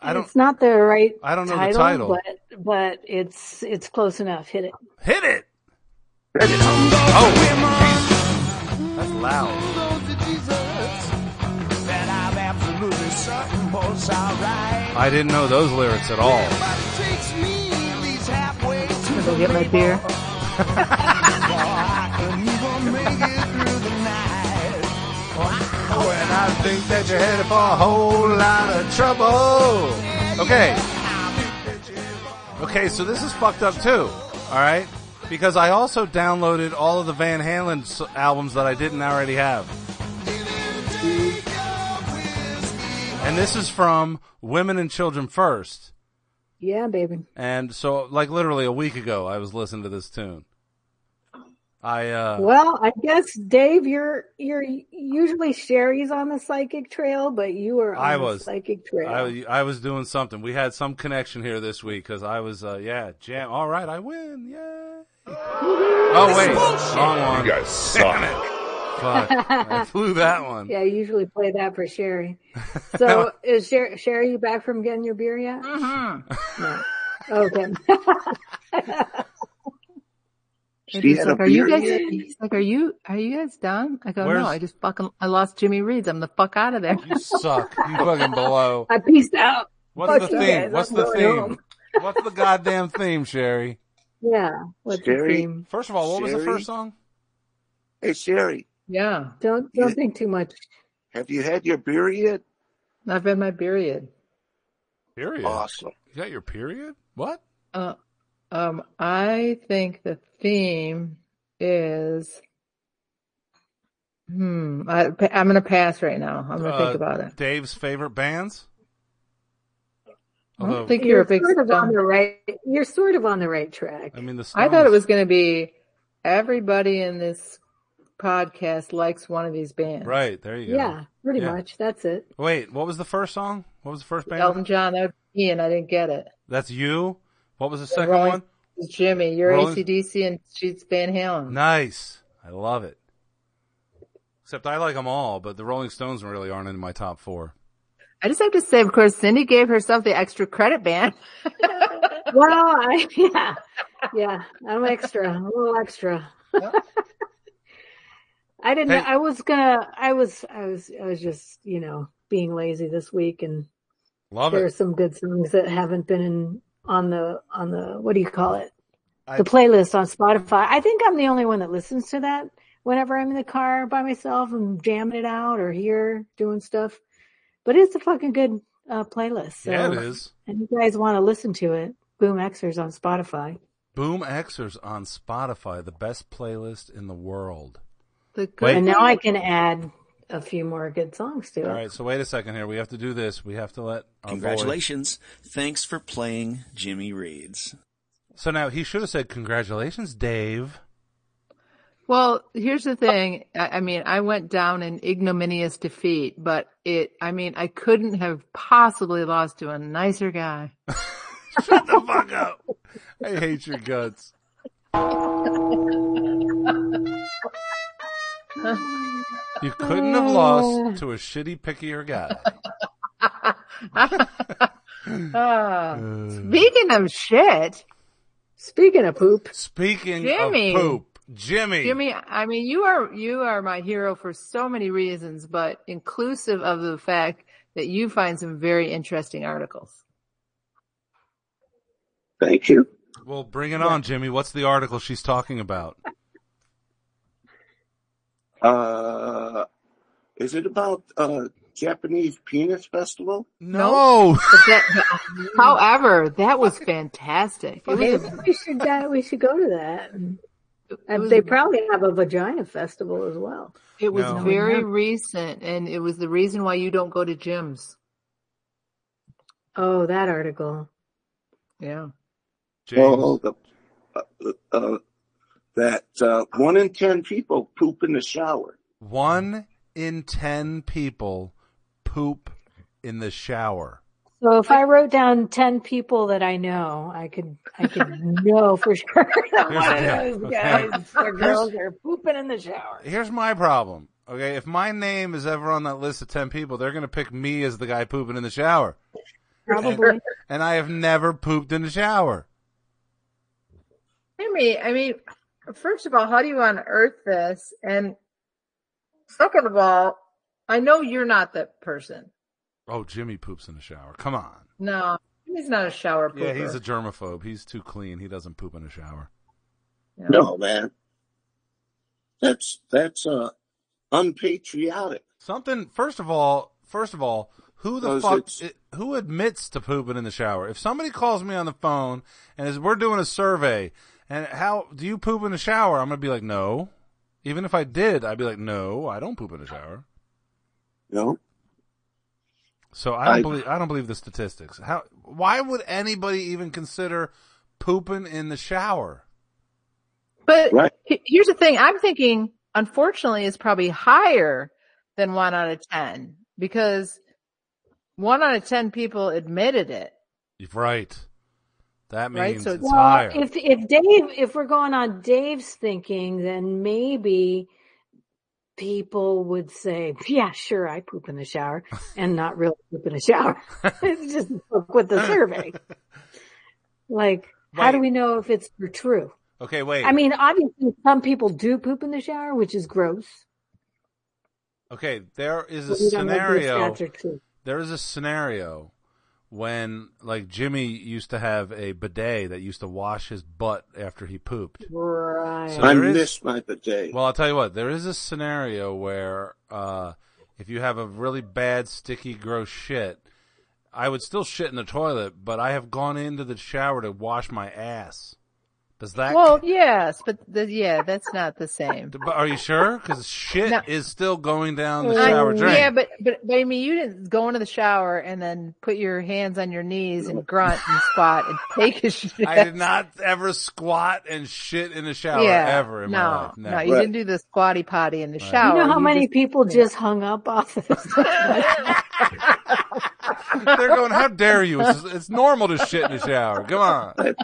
S1: I don't
S4: it's not the right
S1: I don't know the
S4: title,
S1: title.
S4: but but it's it's close enough. Hit it.
S1: hit it.
S2: Hit it.
S1: Oh, Jesus. Oh, that's loud. I didn't know those lyrics at all.
S3: I'm gonna go get my beer.
S1: Oh, and I think that you're headed for a whole lot of trouble. Okay. Okay, so this is fucked up too. All right, because I also downloaded all of the Van Halen s- albums that I didn't already have. And this is from Women and Children First.
S4: Yeah, baby.
S1: And so, like literally a week ago, I was listening to this tune. I uh,
S4: Well, I guess Dave, you're you're usually Sherry's on the psychic trail, but you were on
S1: I
S4: the
S1: was.
S4: psychic trail.
S1: I, I was doing something. We had some connection here this week because I was, uh, yeah, jam. All right, I win. Yay. Oh, wait. Wrong
S8: You
S1: one.
S8: guys suck.
S1: Fuck. I flew that one.
S4: yeah, I usually play that for Sherry. So is Sherry, Sherry you back from getting your beer yet?
S3: Mm-hmm.
S4: No. Okay.
S3: And
S2: She
S3: he's
S2: had
S3: like,
S2: a
S3: are you
S2: beer
S3: guys,
S2: yet?
S3: he's like, are you, are you guys done? I go,
S1: Where's-
S3: no, I just fucking, I lost Jimmy Reed's. I'm the fuck out of there.
S1: You suck. You fucking blow.
S4: I peaced out.
S1: What's
S4: Fuck
S1: the
S4: you
S1: theme?
S4: guys,
S1: What's
S4: I'm
S1: the
S4: going
S1: theme?
S4: home.
S1: What's the goddamn theme, Sherry?
S4: Yeah. What's the
S2: Sherry?
S4: theme?
S1: First of all, what was the
S2: Sherry?
S1: first song?
S2: Hey, Sherry,
S3: yeah.
S4: Don't don't think too much.
S2: have you had your beer yet?
S3: I've had my period.
S1: Period.
S2: Awesome.
S1: You got your period? What?
S3: Uh, um, I think the theme is, hmm, I, I'm going to pass right now. I'm going to
S1: Uh,
S3: think about it.
S1: Dave's favorite bands?
S3: I don't
S1: Although,
S3: think you're a big
S4: sort of on
S3: fan.
S4: the right. You're sort of on the right track.
S1: I mean, the
S3: I thought it
S1: Stones-
S3: was going to be everybody in this podcast likes one of these bands.
S1: Right, there you
S4: yeah.
S1: go.
S4: pretty
S1: Yeah.
S4: much. That's it.
S1: Wait, what was the first song? What was the first band?
S3: Elton John, that would be me, and I didn't get it.
S1: That's you. What was the second
S3: Rolling-
S1: one?
S3: It's Jimmy, you're
S1: Rolling-
S3: ACDC, and she's Van Halen.
S1: Nice. I love it. Except I like them all, but the Rolling Stones really aren't in my top four.
S3: I just have to say, of course, Cindy gave herself the extra credit ban.
S4: well, I, yeah, yeah, I'm extra, I'm a little extra. I didn't.
S1: Hey.
S4: I was gonna. I was. I was. I was just, you know, being lazy this week, and
S1: Love
S4: there are
S1: it.
S4: some good songs that haven't been in on the on the what do you call it?
S9: I-
S4: the playlist on Spotify. I think I'm the only one that listens to that whenever I'm in the car by myself and jamming it out or here doing stuff. But it's a fucking good uh, playlist. So,
S1: Yeah, it is.
S4: And you guys want to listen to it? Boom Xers on Spotify.
S1: Boom Xers on Spotify, the best playlist in the world.
S3: The good
S1: Wait.
S4: And now I can add a few more good songs to it.
S1: All right, so wait a second here. We have to do this. We have to let our boy-
S10: Congratulations. Thanks for playing Jimmy Reeds.
S1: So now he should have said congratulations, Dave.
S3: Well, here's the thing. I, I mean, I went down in ignominious defeat, but it, I mean, I couldn't have possibly lost to a nicer guy.
S1: Shut the fuck up. I hate your guts. You couldn't have lost to a shitty pickier guy.
S3: Ah. speaking of shit,
S4: Speaking of poop,
S1: Speaking
S3: Jimmy.
S1: of poop, Jimmy.
S3: Jimmy, I mean, you are, you are my hero for so many reasons, but inclusive of the fact that you find some very interesting articles.
S2: Thank you.
S1: Well, bring it on, Jimmy. What's the article she's talking about?
S2: Uh, is it about uh Japanese Penis Festival?
S1: No.
S3: But that- however, that was fantastic. It
S4: Maybe
S3: was a-
S4: we should uh, we should go to that. And
S3: was
S4: they
S3: a-
S4: probably have a vagina festival as well.
S3: It was
S1: No.
S3: very
S4: No.
S3: recent and it was the reason why you don't go to gyms.
S4: Oh, that article.
S3: Yeah.
S2: Well, Oh, the, uh, uh, that uh, one in ten people poop in the shower.
S1: One in ten people poop in the shower.
S4: So if I wrote down ten people that I know, I could I could know for sure that
S1: Here's-
S4: one
S1: yeah, okay.
S4: of those guys or
S1: Here's-
S4: girls are pooping in the shower.
S1: Here's my problem. Okay, if my name is ever on that list of ten people, they're gonna pick me as the guy pooping in the shower.
S4: Probably.
S1: And I have never pooped in the shower.
S3: Jimmy, I mean, first of all, how do you unearth this? And second of all, I know you're not that person.
S1: Oh, Jimmy poops in the shower. Come on.
S3: No, he's not a shower pooper.
S1: Yeah, he's a germaphobe. He's too clean. He doesn't poop in the shower.
S2: No, Oh, man. That's that's uh unpatriotic.
S1: Something. First of all, first of all, who the
S2: Those
S1: fuck?
S2: it's-
S1: It, who admits to pooping in the shower? If somebody calls me on the phone and is we're doing a survey and how do you poop in the shower? I'm gonna be like, no. Even if I did, I'd be like, no, I don't poop in the shower.
S2: You know,
S1: So I don't
S2: I-
S1: believe I don't believe the statistics. How? Why would anybody even consider pooping in the shower?
S3: But
S2: Right.
S3: he- here's the thing. I'm thinking, unfortunately, it's probably higher than one out of 10 because one out of 10 people admitted it.
S1: Right. That
S3: Right,
S1: means
S3: so-
S1: it's
S4: Well,
S1: higher.
S4: if if Dave, if we're going on Dave's thinking, then maybe people would say, "Yeah, sure, I poop in the shower," and not really poop in the shower. it's just fuck with the survey. Like, how do
S1: Wait.
S4: we know if it's for true?
S1: okay, wait.
S4: I mean, obviously, some people do poop in the shower, which is gross.
S1: okay, there is a
S4: but we don't know if these
S1: scenario.
S4: stats are true.
S1: there is a scenario when like Jimmy used to have a bidet that used to wash his butt after he pooped.
S4: Right.
S1: So
S2: I
S1: there is-
S2: miss my bidet.
S1: Well, I'll tell you what, there is a scenario where uh if you have a really bad sticky gross shit, I would still shit in the toilet, but I have gone into the shower to wash my ass. Does that
S3: Well, yes, but the, yeah, that's not the same.
S1: But are you sure? Cuz shit
S3: No.
S1: is still going down the
S4: I-
S1: shower drain.
S3: Yeah, but, but but I mean, you didn't go into the shower and then put your hands on your knees and grunt and spot and take a shit.
S1: I did not ever squat and shit in the shower ever in
S3: no,
S1: my life.
S3: no,
S1: Never.
S3: you
S2: Right.
S3: didn't do the squatty potty in the
S1: Right.
S3: shower.
S4: you know how many
S3: just-
S4: people just hung up off of this?
S1: They're going, how dare you? It's, it's normal to shit in the shower. Come on.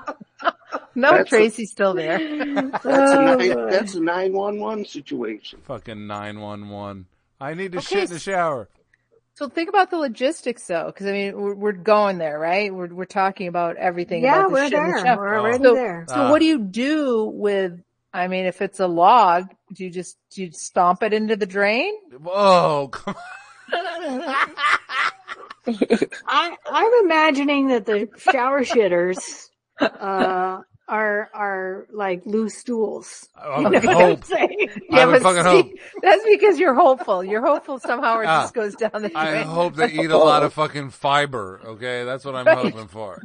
S3: no,
S2: That's a-
S3: Tracy's still there.
S2: That's a
S1: uh,
S2: nine, that's a nine one one situation.
S1: Fucking 911. I need to
S3: Okay,
S1: shit in the
S3: s-
S1: shower.
S3: So think about the logistics though, because I mean, we're, we're going there, right? We're, we're talking about everything.
S4: Yeah,
S3: about the
S4: we're
S3: shit and the
S4: there.
S1: Oh.
S3: chef.
S4: We're already
S3: so,
S4: there.
S3: So
S1: Ah.
S3: what do you do with, I mean, if it's a log, do you just, do you stomp it into the drain?
S1: Whoa, come on.
S4: I, I'm imagining that the shower shitters uh, are are like loose stools.
S1: I
S4: You
S1: would
S4: know what I'm
S1: hope.
S4: saying?
S1: I would fucking hope.
S3: that's because you're hopeful. You're hopeful somehow it
S1: Ah.
S3: just goes down the drain.
S1: I hope they eat a lot of fucking fiber. Okay, that's what I'm hoping for.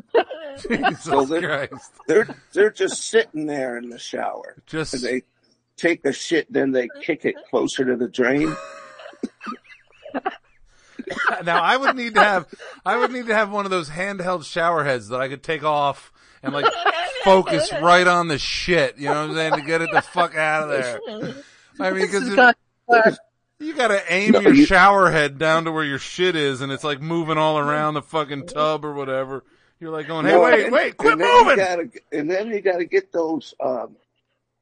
S1: Jesus
S2: So they're-
S1: Christ!
S2: They're they're just sitting there in the shower.
S1: Just
S2: And they take the shit, then they kick it closer to the drain.
S1: now, I would need to have I would need to have one of those handheld shower heads that I could take off and like focus right on the shit. You know what I'm saying? To get it the fuck out of there. I mean,
S3: This
S1: because
S3: is gonna work.
S1: you gotta aim
S2: No,
S1: your
S2: you-
S1: shower head down to where your shit is, and it's like moving all around the fucking tub or whatever. You're like going, hey,
S2: No,
S1: wait,
S2: and-
S1: wait, quit
S2: and then you
S1: moving.
S2: gotta- and then you got to get those um,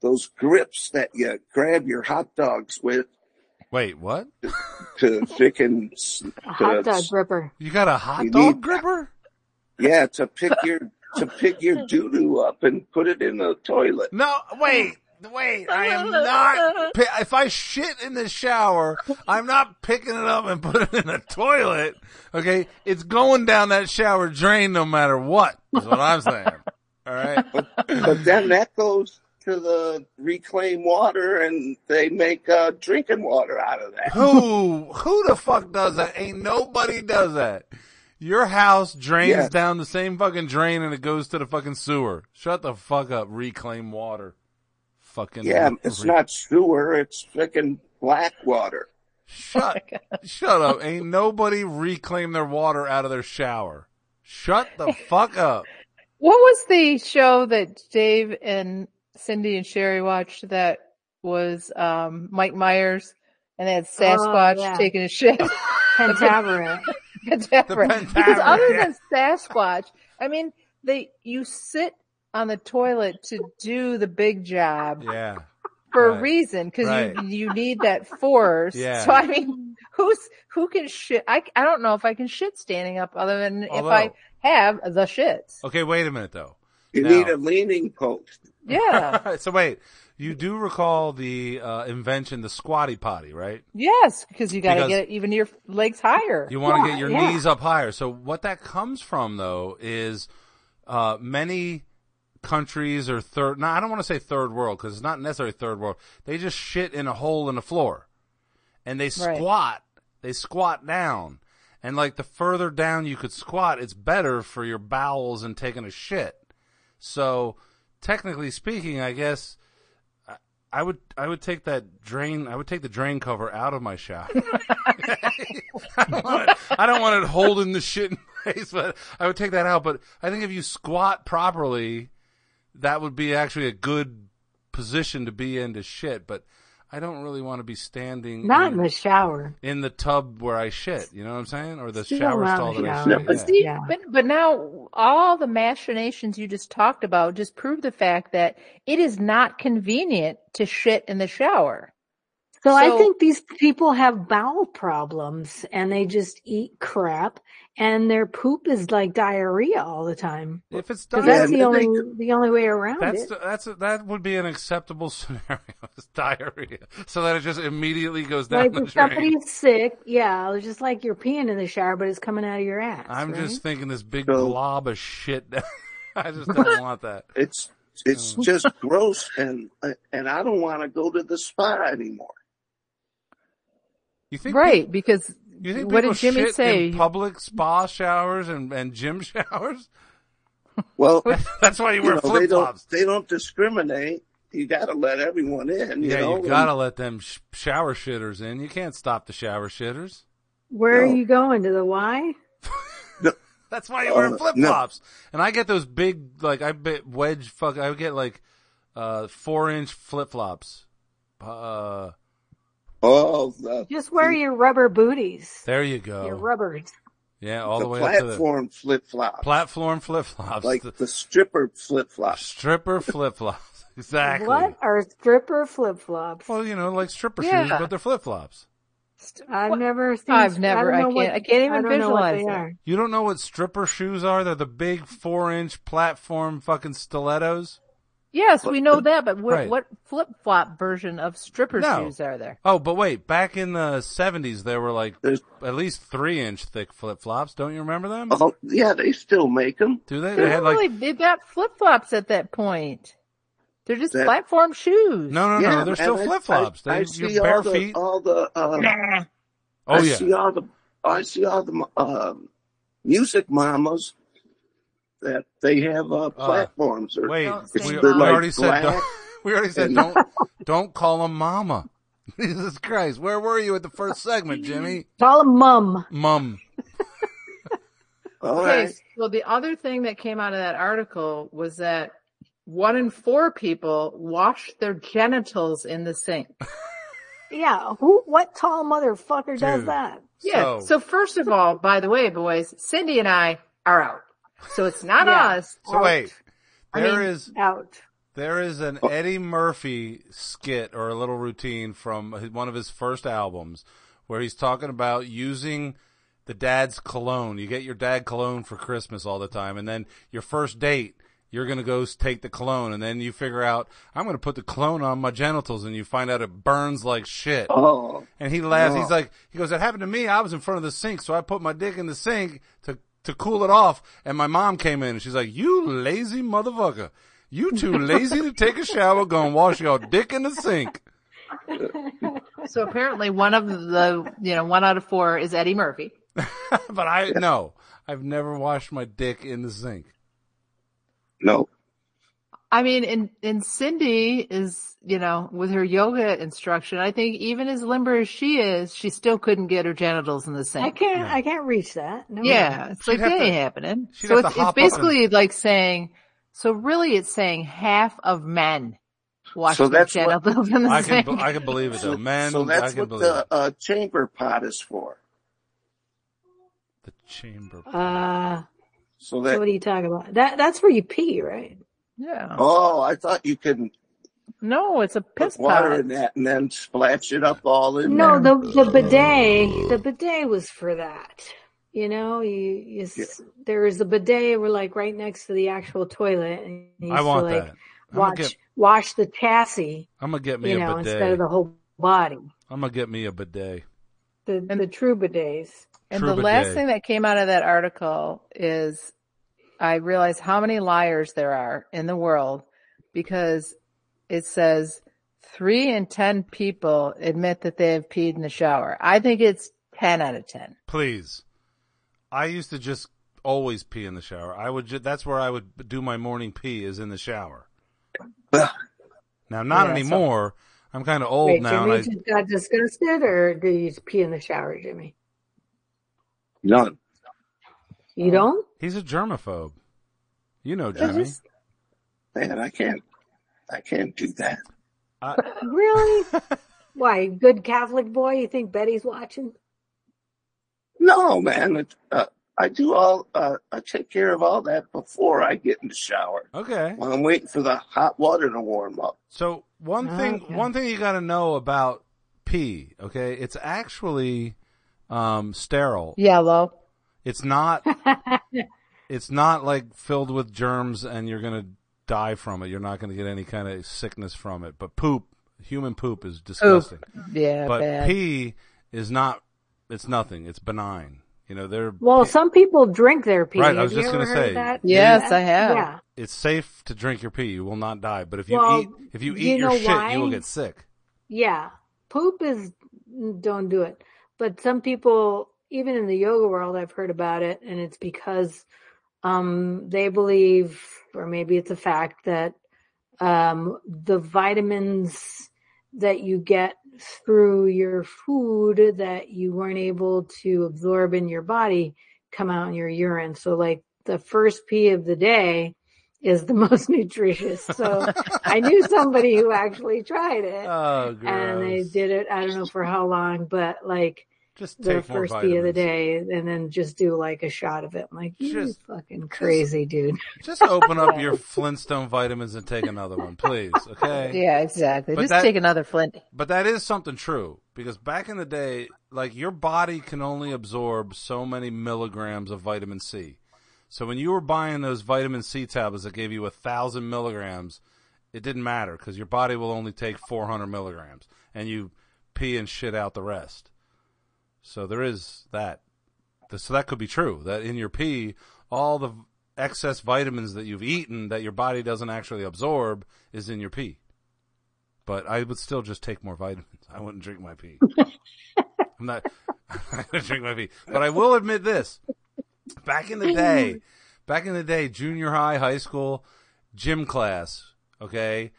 S2: those grips that you grab your hot dogs with
S1: Wait, what?
S2: to freaking s-
S4: A hot dog
S2: to-
S4: gripper.
S1: You got a hot
S2: You
S1: dog
S2: need-
S1: gripper?
S2: yeah to pick your to pick your doo doo up and put it in the toilet.
S1: No, wait, wait. I am not. pi- If I shit in the shower, I'm not picking it up and putting it in the toilet. Okay, it's going down that shower drain no matter what. Is what I'm saying. All right.
S2: But then that goes to the reclaimed water, and they make uh, drinking water out of that.
S1: Who who the fuck does that? Ain't nobody does that. Your house drains
S2: Yeah.
S1: down the same fucking drain and it goes to the fucking sewer. Shut the fuck up. Reclaim water. Fucking
S2: Yeah, it's
S1: re-
S2: not sewer; it's freaking black water.
S1: Shut shut up. Ain't nobody reclaim their water out of their shower. Shut the fuck up.
S3: What was the show that Dave and Cindy and Sherry watched that was um, Mike Myers and they had Sasquatch
S4: yeah.
S3: taking a shit?
S4: Pentaveret.
S3: Pentameron. because
S1: Pentameron,
S3: other
S1: yeah.
S3: than Sasquatch, I mean, they you sit on the toilet to do the big job
S1: Yeah.
S3: for
S1: right.
S3: a reason because
S1: Right.
S3: you you need that force.
S1: Yeah.
S3: So I mean, who's who can shit? I I don't know if I can shit standing up other than
S1: Although- Oh.
S3: if I have the shits.
S1: Okay, wait a minute though.
S2: You
S1: Now-
S2: need a leaning post.
S3: Yeah.
S1: so wait. You do recall the uh, invention, the squatty potty, right?
S3: Yes, because you got to
S1: Because-
S3: get even your legs higher.
S1: You want to
S4: Yeah,
S1: get your
S4: yeah.
S1: knees up higher. So what that comes from though is uh, many countries or third. No, I don't want to say third world because it's not necessarily third world. They just shit in a hole in the floor, and they
S3: Right.
S1: squat. They squat down, and like the further down you could squat, it's better for your bowels and taking a shit. So technically speaking, I guess. I- I would I would take that drain I would take the drain cover out of my shower. I don't, want it, I don't want it holding the shit in place, but I would take that out. But I think if you squat properly, that would be actually a good position to be in to shit. But I don't really want to be standing
S4: Not in
S1: in,
S4: the shower.
S1: in the tub where I shit. You know what I'm saying? Or the
S4: Still
S1: shower
S4: not
S1: stall that
S4: in the
S1: I shit.
S4: shower.
S2: No,
S1: yeah.
S3: See,
S4: Yeah.
S3: but but now all the machinations you just talked about just prove the fact that it is not convenient to shit in the shower.
S4: So, I
S3: So-
S4: think these people have bowel problems and they just eat crap and their poop is like diarrhea all the time.
S1: If it's
S4: Because
S1: done,
S4: that's
S2: Yeah,
S4: the
S2: and they-
S4: only the only way around
S1: That's
S4: it.
S1: the, that's that would be an acceptable scenario. is diarrhea, so that it just immediately goes down
S4: like
S1: the
S4: if
S1: drain.
S4: somebody's sick, yeah, it's just like you're peeing in the shower, but it's coming out of your ass.
S1: I'm
S4: right?
S1: just thinking this big
S2: So-
S1: glob of shit. I just don't want that.
S2: It's it's
S1: Oh.
S2: just gross, and and I don't want to go to the spa anymore.
S1: You think
S3: Right, because
S1: peop- you think
S3: what
S1: people
S3: did Jimmy
S1: shit
S3: say?
S1: In public spa showers and, and gym showers.
S2: Well,
S1: That's why you
S2: you
S1: wear
S2: know, they
S1: flip
S2: don't
S1: flops.
S2: they don't discriminate. You got to let everyone in. You
S1: Yeah,
S2: know?
S1: you gotta let them sh- shower shitters in. You can't stop the shower shitters.
S4: Where
S2: No.
S4: are you going to the Y?
S1: That's why you wear
S2: Uh,
S1: flip flops. And I get those big, like I bit wedge fuck. I would get like uh four inch flip flops. Uh,
S2: Oh, the,
S4: Just wear your rubber booties,
S1: there you
S4: your
S1: go.
S4: rubbers.
S1: Yeah, all the,
S2: the
S1: way up to
S2: platform flip
S1: the
S2: flop,
S1: platform flip flops.
S2: like the stripper flip flop.
S1: Stripper flip flops. Exactly.
S4: What are stripper flip flops?
S1: Well, you know, like stripper
S3: Yeah.
S1: shoes, but they're flip flops.
S4: I've never seen.
S3: I've never. I
S4: don't
S3: can't.
S4: know what-
S3: I can't even
S4: don't know what
S3: visualize
S4: they
S3: it.
S4: are.
S1: You don't know what stripper shoes are? They're the big four inch platform fucking stilettos.
S3: Yes, we know that, but what,
S1: Right.
S3: what flip flop version of stripper
S1: No.
S3: shoes are there?
S1: Oh, but wait, back in the seventies, there were like
S2: There's-
S1: at least three inch thick flip flops. Don't you remember them?
S2: Oh, yeah, they still make them.
S1: Do they?
S3: They
S1: They
S3: don't
S1: had like
S3: really. They got flip flops at that point. They're just
S2: That-
S3: platform shoes.
S1: no, no,
S2: yeah,
S1: no. They're
S2: and
S1: still
S2: I-
S1: flip flops.
S2: I, I
S1: They
S2: see
S1: your bare
S2: all the,
S1: feet.
S2: All the. Um,
S1: oh
S2: I
S1: yeah,
S2: see all the. I see all the um, music mamas that they have uh, platforms. or
S1: Wait,
S3: Don't
S1: we,
S3: say
S1: we
S3: mom.
S1: already said
S2: Black.
S1: don't, we already said
S2: And-
S1: don't don't call him mama. Jesus Christ, where were you at the first segment, Jimmy?
S4: Call them mum.
S1: Mum.
S2: all
S3: Okay.
S2: right.
S3: Well, the other thing that came out of that article was that one in four people wash their genitals in the sink.
S4: Yeah. Who? What tall motherfucker does
S1: Dude.
S4: that?
S3: Yeah.
S1: So-
S3: So, first of all, by the way, boys, Cindy and I are out. So it's not
S4: Yeah.
S3: us.
S1: So wait,
S4: I
S1: there is.
S4: mean, out.
S1: There is an Eddie Murphy skit or a little routine from his- one of his first albums where he's talking about using the dad's cologne. You get your dad cologne for Christmas all the time and then your first date, you're going to go s- take the cologne and then you figure out, I'm going to put the cologne on my genitals and you find out it burns like shit.
S2: Oh,
S1: And he laughs.
S2: No.
S1: He's like, he goes, that happened to me. I was in front of the sink. So I put my dick in the sink to, to cool it off. And my mom came in and she's like, you lazy motherfucker. You too lazy to take a shower. Go and wash your dick in the sink.
S3: So apparently one of the, you know, one out of four is Eddie Murphy.
S1: but I, no, I've never washed my dick in the sink.
S2: no.
S3: I mean, and, and Cindy is, you know, with her yoga instruction, I think even as limber as she is, she still couldn't get her genitals in the
S4: I
S3: sink.
S4: can't. I can't reach that. No.
S3: Yeah. It's
S1: She'd
S3: like
S1: have
S3: that
S1: to-
S3: ain't happening.
S1: she'd
S3: So
S1: have to
S3: it's, it's
S1: hop up and-
S3: basically like saying, so really it's saying half of men wash
S2: So
S3: their
S2: that's what-
S3: genitals in the
S1: I can,
S3: sink.
S1: be- I can believe it though. Man,
S2: so
S1: I
S2: that's
S1: can
S2: what
S1: believe
S2: the
S1: it.
S2: uh, chamber pot is for.
S1: The chamber.
S4: Uh,
S2: So
S4: so
S2: that.
S4: what are you talking about? That that's where you pee, right?
S3: yeah.
S2: Oh, I thought you could
S3: No, it's a piss
S2: put water
S3: pot.
S2: in that and then splash it up all in
S4: No,
S2: there.
S4: the the bidet, the bidet was for that. You know, you, you s- there was a bidet. We're like right next to the actual toilet, and you
S1: I
S4: used
S1: want
S4: to
S1: that.
S4: like
S1: I'm gonna
S4: watch
S1: get,
S4: wash the chassis,
S1: I'm gonna get me
S4: you
S1: a
S4: know, instead
S1: bidet.
S4: of the whole body.
S1: I'm gonna get me a bidet.
S4: The the true bidets.
S3: And
S1: True
S3: the last
S1: bidet.
S3: thing that came out of that article is I realize how many liars there are in the world because it says three in 10 people admit that they have peed in the shower. I think it's 10 out of 10.
S1: please. I used to just always pee in the shower. I would. Ju- that's where I would do my morning pee is in the shower.
S2: Ugh.
S1: Now, not
S3: Yeah, so-
S1: anymore. I'm kind of old
S4: Wait,
S1: now, and
S4: Jimmy
S1: I
S4: just got disgusted, or do you just pee in the shower, Jimmy?
S2: None.
S1: Oh,
S4: You don't?
S1: he's a germaphobe. You know,
S3: They're
S1: Jimmy.
S3: just-
S2: Man, I can't. I can't do that.
S4: Really? Why, good Catholic boy? You think Betty's watching?
S2: No, man. It, uh, I do all. Uh, I take care of all that before I get in the shower.
S1: Okay.
S2: While I'm waiting for the hot water to warm up.
S1: So one
S4: Oh,
S1: thing,
S4: okay.
S1: one thing you got to know about pee. Okay, it's actually um, sterile.
S3: Yellow.
S1: It's not. it's not like filled with germs, and you're gonna die from it. You're not gonna get any kind of sickness from it. But poop, human poop, is disgusting.
S3: Yeah,
S1: but
S3: bad.
S1: pee is not. It's nothing. It's benign. You know, they're
S4: Well, some people drink their pee.
S1: Right, I was
S4: Have you
S1: just
S4: ever
S1: gonna
S4: heard
S1: say,
S4: of that?
S3: Yes,
S4: That-
S3: I have.
S4: Yeah.
S1: it's safe to drink your pee. You will not die. But if you
S4: Well,
S1: eat, if you
S4: you
S1: eat your
S4: know
S1: shit,
S4: why?
S1: you will get sick.
S4: Yeah. Poop is, don't do it. But some people, even in the yoga world, I've heard about it, and it's because um, they believe, or maybe it's a fact, that um, the vitamins that you get through your food that you weren't able to absorb in your body come out in your urine. So, like, the first pee of the day is the most nutritious. So, I knew somebody who actually tried it
S1: Oh, gross.
S4: and they did it. I don't know for how long, but like
S1: Just
S4: the
S1: take more
S4: first beer of the
S1: vitamins.
S4: day and then just do like a shot of it. I'm like, you
S1: Just-
S4: fucking crazy dude.
S1: Just open up your Flintstone vitamins and take another one, please. Okay.
S3: Yeah, exactly.
S1: But
S3: Just
S1: that-
S3: take another Flint.
S1: But that is something true because back in the day, like your body can only absorb so many milligrams of vitamin C. So when you were buying those vitamin C tablets that gave you a thousand milligrams, it didn't matter because your body will only take 400 milligrams and you pee and shit out the rest. So there is that. So that could be true that in your pee, all the excess vitamins that you've eaten that your body doesn't actually absorb is in your pee but I would still just take more vitamins. I wouldn't drink my pee. I'm not. I wouldn't drink my pee. But I will admit this: back in the day, back in the day, junior high, high school, gym class. Okay,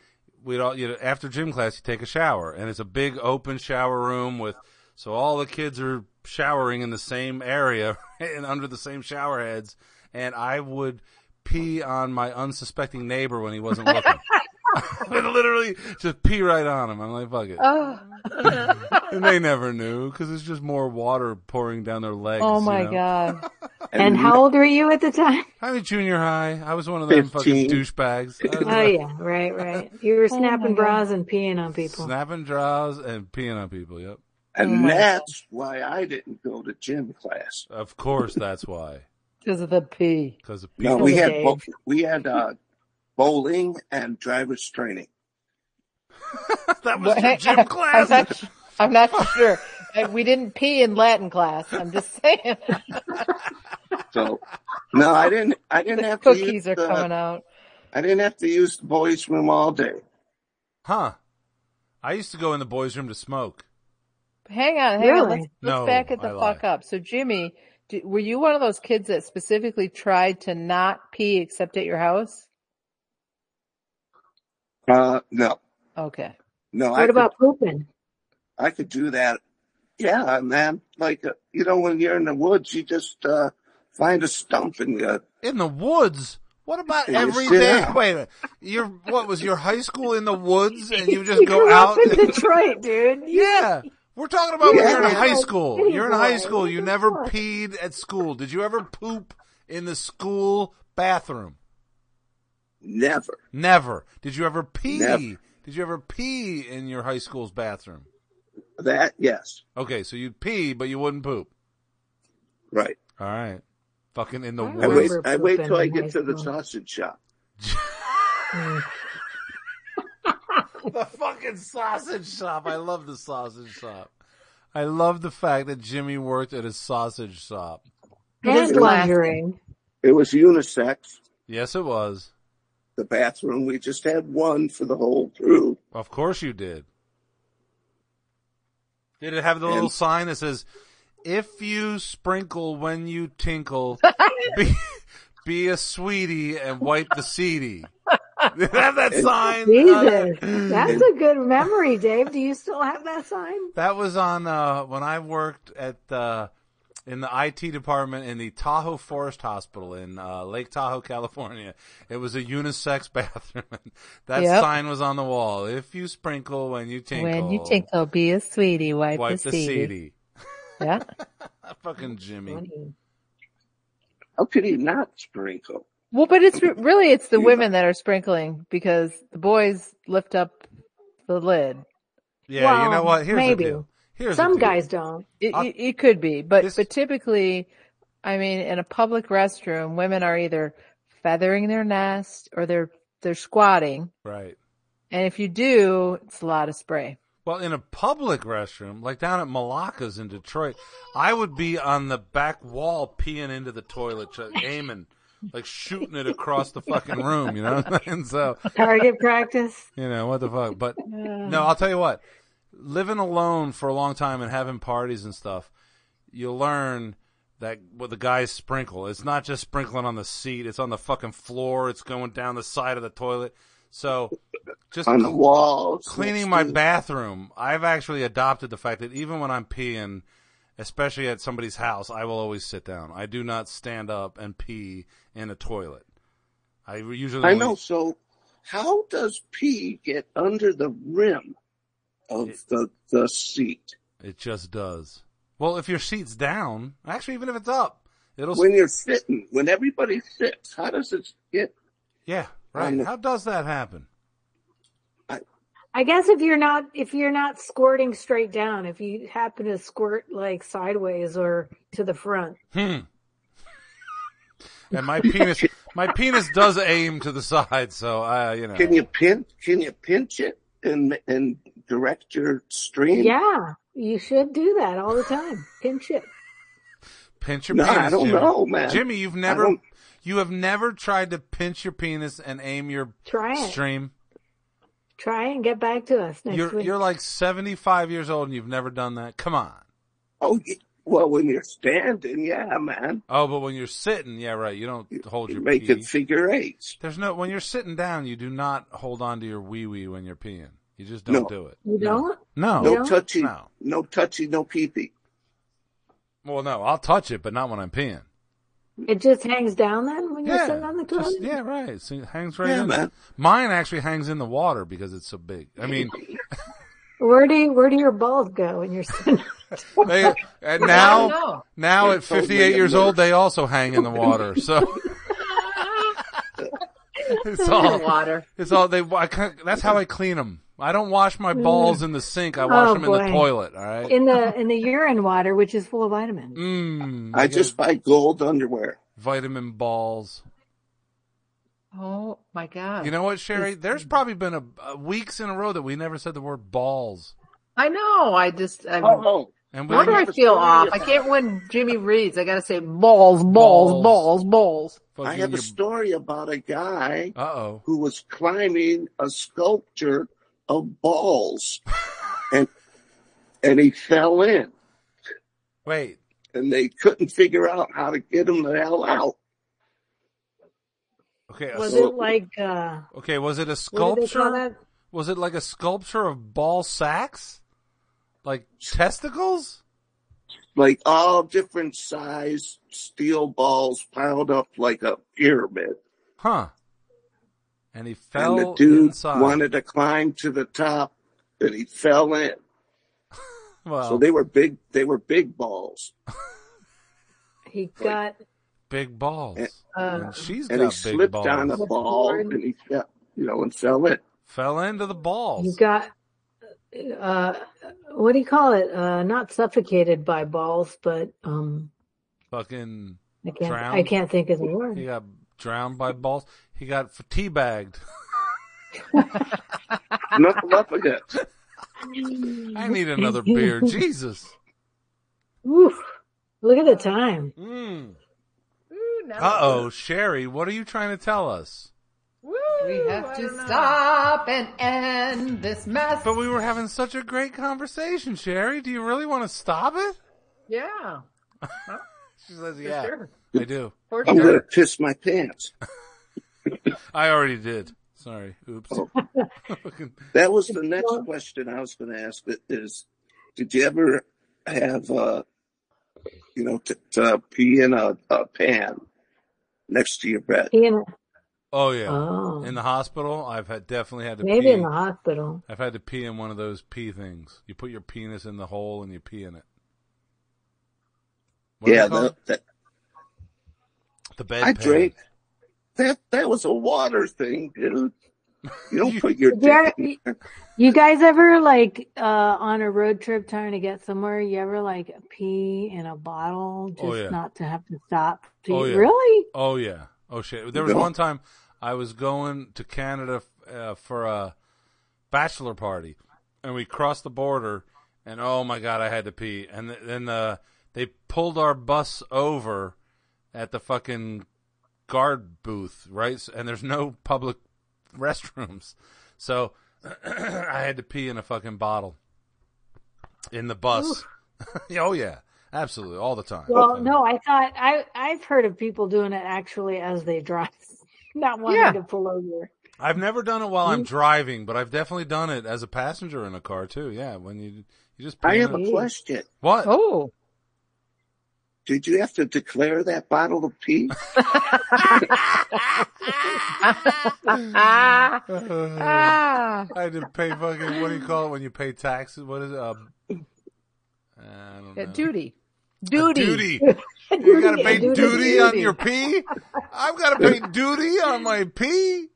S1: we'd all you know after gym class you take a shower, and it's a big open shower room with so all the kids are showering in the same area and under the same shower heads, and I would pee on my unsuspecting neighbor when he wasn't looking. I literally just pee right on him. I'm like, fuck it.
S3: Oh,
S1: And they never knew because it's just more water pouring down their legs.
S3: oh
S1: you
S3: my
S1: know?
S3: god.
S4: And how old were you at the time?
S1: I mean, junior high. I was one of them fucking
S2: 15.
S1: douchebags. I was
S4: Oh yeah, right, right. You were snapping bras and peeing on people.
S1: Snapping draws and peeing on people. Yep.
S2: And that's why I didn't go to gym class.
S1: Of course, that's why.
S3: Because of the pee.
S1: Because of
S2: No,
S1: people.
S2: we had
S4: Okay.
S2: bo- we had uh, bowling and driver's training.
S1: that was your
S3: I'm
S1: gym
S3: I'm
S1: class.
S3: not, I'm not sure. I- We didn't pee in Latin class. I'm just saying.
S2: So no, I didn't. I didn't have to use
S3: Cookies are
S2: the,
S3: coming out.
S2: I didn't have to use the boys' room all day.
S1: Huh. I used to go in the boys' room to smoke.
S3: Hang on, hang on.
S4: Really?
S3: Let's, let's
S1: No,
S3: back it the
S1: I lie.
S3: fuck up. So, Jimmy, d were you one of those kids that specifically tried to not pee except at your house?
S2: Uh, no,
S3: Okay.
S2: no. I
S4: What about pooping?
S2: Could, I could do that. Yeah, man. Like uh, you know, when you're in the woods, you just uh, find a stump and you
S1: In the woods. What about
S2: Yeah, you
S1: every
S2: sit
S1: day?
S2: out.
S1: Wait, a minute. your what was your high school in the woods, and you just
S4: you
S1: go
S4: grew
S1: out?
S4: up in Detroit, dude. You-
S1: Yeah. We're talking about when
S2: Yeah.
S1: you're in high
S4: Like,
S1: school.
S4: city
S1: You're in high
S4: boy.
S1: school.
S4: What
S1: You
S4: the
S1: never
S4: fuck?
S1: peed at school. Did you ever poop in the school bathroom?
S2: never.
S1: Never. Did you ever pee?
S2: Never.
S1: Did you ever pee in your high school's bathroom?
S2: That yes,
S1: Okay, so you'd pee, but you wouldn't poop.
S2: right.
S1: All right. Fucking in the
S4: I
S2: I wait.
S1: woods.
S4: remember
S2: I wait
S4: pooping
S2: till I
S4: in high
S2: get to the
S4: school.
S2: sausage shop.
S1: the fucking sausage shop. I love the sausage shop. I love the fact that Jimmy worked at a sausage shop.
S3: It is
S4: Hand
S3: classy.
S4: laundering.
S2: It was unisex.
S1: Yes, it was.
S2: The bathroom. We just had one for the whole crew.
S1: Of course you did. Did it have the little
S2: And-
S1: sign that says, "If you sprinkle when you tinkle, be, be a sweetie and wipe the seedy"? Did it have that sign? Uh, on
S4: Jesus,
S1: it?
S4: that's a good memory, Dave. Do you still have that sign?
S1: That was on uh, when I worked at uh, in the IT department in the Tahoe Forest Hospital in uh, Lake Tahoe, California. It was a unisex bathroom. that
S3: Yep.
S1: sign was on the wall. If you sprinkle when you tinkle,
S3: When you tinkle, be a sweetie. Wipe,
S1: wipe the
S3: the, seedy.
S1: seedy.
S3: Yeah.
S1: Fucking Jimmy.
S2: How could he not sprinkle?
S3: Well, but it's re- really it's the women that are sprinkling because the boys lift up the lid.
S1: Yeah, you
S4: Well,
S1: know what? Here's
S4: maybe.
S1: the deal. Here's the
S4: Some
S1: deal.
S4: guys don't.
S3: It,
S1: I-
S3: it, it could be, but
S1: Uh, This-
S3: but typically, I mean, in a public restroom, women are either feathering their nest or they're they're squatting,
S1: Right.
S3: and if you do, it's a lot of spray.
S1: Well, in a public restroom, like down at Malacca's in Detroit, I would be on the back wall peeing into the toilet, just aiming, like shooting it across the fucking room, you know? and so,
S4: Target practice.
S1: you know, what the fuck? But no, I'll tell you what, living alone for a long time and having parties and stuff, you learn that what the guys sprinkle. It's not just sprinkling on the seat, it's on the fucking floor, it's going down the side of the toilet. So, just
S2: On the walls.
S1: cleaning
S2: next
S1: my
S2: to the-
S1: bathroom, I've actually adopted the fact that even when I'm peeing, especially at somebody's house, I will always sit down. I do not stand up and pee in a toilet. I usually
S2: I
S1: only-
S2: know. So, how does pee get under the rim of the the seat?
S1: it just does. Well, if your seat's down, actually, even if it's up, it'll.
S2: When you're sitting, when everybody sits, how does it get?
S1: Yeah, right. How does that happen?
S4: I guess if you're not if you're not squirting straight down, if you happen to squirt like sideways or to the front,
S1: Hmm. and my penis, my penis does aim to the side, so I, you know.
S2: Can you pin? Can you pinch it and and direct your stream?
S4: yeah, you should do that all the time. Pinch it.
S1: pinch your
S2: No,
S1: penis?
S2: I don't
S1: Jimmy.
S2: know, man.
S1: Jimmy, you've
S2: I
S1: never,
S2: don't-
S1: you have never tried to pinch your penis and aim your
S4: Try it.
S1: stream.
S4: Try and get back to us next
S1: You're
S4: week.
S1: you're like seventy five years old and you've never done that. Come on.
S2: Oh, y- well, when you're standing, yeah, man.
S1: Oh, but when you're sitting, yeah, right. You don't hold
S2: You're
S1: your
S2: making
S1: pee.
S2: figure eights.
S1: There's no when you're sitting down, you do not hold on to your wee wee when you're peeing. You just don't
S2: No.
S1: do it.
S4: you don't?
S1: No.
S2: No
S4: Yeah.
S2: touchy,
S1: No.
S2: no touchy, no pee pee.
S1: Well, no. I'll touch it, but not when I'm peeing.
S4: It just hangs down then when you're
S1: Yeah.
S4: sitting on the toilet.
S1: Just- yeah, right. So it hangs right
S2: Yeah,
S1: in.
S2: man.
S1: Mine actually hangs in the water because it's so big. I mean,
S4: Where do you, where do your balls go when you're sitting?
S1: they, and
S3: I don't
S1: now
S3: know.
S1: now at
S2: Totally
S1: 58 years old,
S2: immersed.
S1: they also hang in the water. So it's all
S3: Water.
S1: It's all they. I can't, that's how I clean them. I don't wash my balls in the sink. I wash
S4: Oh,
S1: them in
S4: boy.
S1: the toilet. All right.
S4: in the in the urine water, which is full of vitamins.
S1: Mm,
S2: I
S1: get
S2: just buy gold underwear.
S1: vitamin balls.
S3: Oh my God.
S1: You know what, Sherry? There's probably been a, a weeks in a row that we never said the word balls,
S3: I know. I just, I,
S2: Oh, oh,
S1: and we
S3: why do I
S1: didn't-
S3: feel off? I can't when Jimmy reads. I gotta say balls, balls,
S1: Balls.
S3: balls, balls.
S2: I have a story about a guy
S1: Uh oh.
S2: who was climbing a sculpture of balls, and and he fell in,
S1: Wait.
S2: and they couldn't figure out how to get him the hell out.
S1: Okay. a
S4: Was
S1: s-
S4: it like uh,
S1: okay. Was it a
S4: what do they call
S1: sculpture?
S4: that?
S1: Was it like a sculpture of ball sacks, like testicles?
S2: Like all different size steel balls piled up like a pyramid.
S1: Huh. And he fell
S2: And the dude
S1: inside.
S2: wanted to climb to the top, and he fell in.
S1: well,
S2: So they were big. They were big balls.
S4: He got
S1: big balls.
S4: Uh,
S1: and she's
S2: and
S1: got
S2: he
S1: big
S2: slipped
S1: balls.
S2: on a ball
S4: Lord.
S2: and he fell, you know, and fell in.
S1: Fell into the
S4: he
S1: balls.
S4: got uh, what do you call it? Uh, not suffocated by balls, but um,
S1: Fucking
S4: I can't
S1: Drowned?
S4: I can't think of the word.
S1: he got drowned by balls. He got f- teabagged.
S2: Knuckle up again.
S1: I need another beer. Jesus.
S4: Oof. Look at the time.
S1: Mm.
S6: Ooh, now
S1: Uh oh, Sherry, what are you trying to tell us?
S6: Woo,
S3: We have
S6: I
S3: to
S6: don't know.
S3: stop and end this mess.
S1: But we were having such a great conversation, Sherry. Do you really want to stop it?
S3: yeah,
S1: She says, yeah,
S3: sure.
S1: I do.
S3: For
S2: I'm going
S3: sure.
S2: to piss my pants.
S1: I already did. Sorry. Oops. Fucking-
S2: That was the next question I was going to ask that is, did you ever have, uh, you know, to, to pee in a, a pan next to your bed?
S4: He and-
S1: oh yeah.
S4: oh,
S1: In the hospital, I've had definitely had to
S4: maybe
S1: pee.
S4: in the hospital.
S1: I've had to pee in one of those pee things. You put your penis in the hole and you pee in it. What do
S2: yeah,
S1: you call
S2: the,
S1: it?
S2: that,
S1: the bed.
S2: I drank. That that was a water thing, dude. You don't put your
S4: Did you,
S2: dick
S4: ever-
S2: in there.
S4: you guys ever like uh, on a road trip trying to get somewhere? You ever like pee in a bottle just
S1: Oh, yeah.
S4: not to have to stop? to-
S1: Oh, yeah.
S4: Really?
S1: Oh yeah. Oh shit. There was
S2: No.
S1: one time I was going to Canada uh, for a bachelor party, and we crossed the border, and oh my god, I had to pee. And th- then uh, they pulled our bus over at the fucking guard booth, right? S- And there's no public restrooms, so I had to pee in a fucking bottle in the bus. oh yeah, absolutely, all the time.
S4: Well,
S1: Oh, Yeah.
S4: no, I thought I I've heard of people doing it actually as they drive, not wanting
S3: Yeah.
S4: to pull over.
S1: I've never done it while
S4: Hmm?
S1: I'm driving, but I've definitely done it as a passenger in a car too. Yeah, when you you just
S2: I
S1: pee in
S2: have
S1: it.
S2: a question.
S1: what?
S3: Oh,
S2: Did you have to declare that bottle of pee?
S3: ah,
S1: Uh,
S4: Oh.
S3: ah.
S1: I had to pay fucking what do you call it when you pay taxes? What is it? Uh, I Um, don't
S3: Yeah,
S1: know.
S3: duty. Duty.
S1: Duty.
S4: Duty,
S1: You gotta pay
S4: duty,
S1: duty, on
S4: duty.
S1: your pee? I've gotta pay duty on my pee?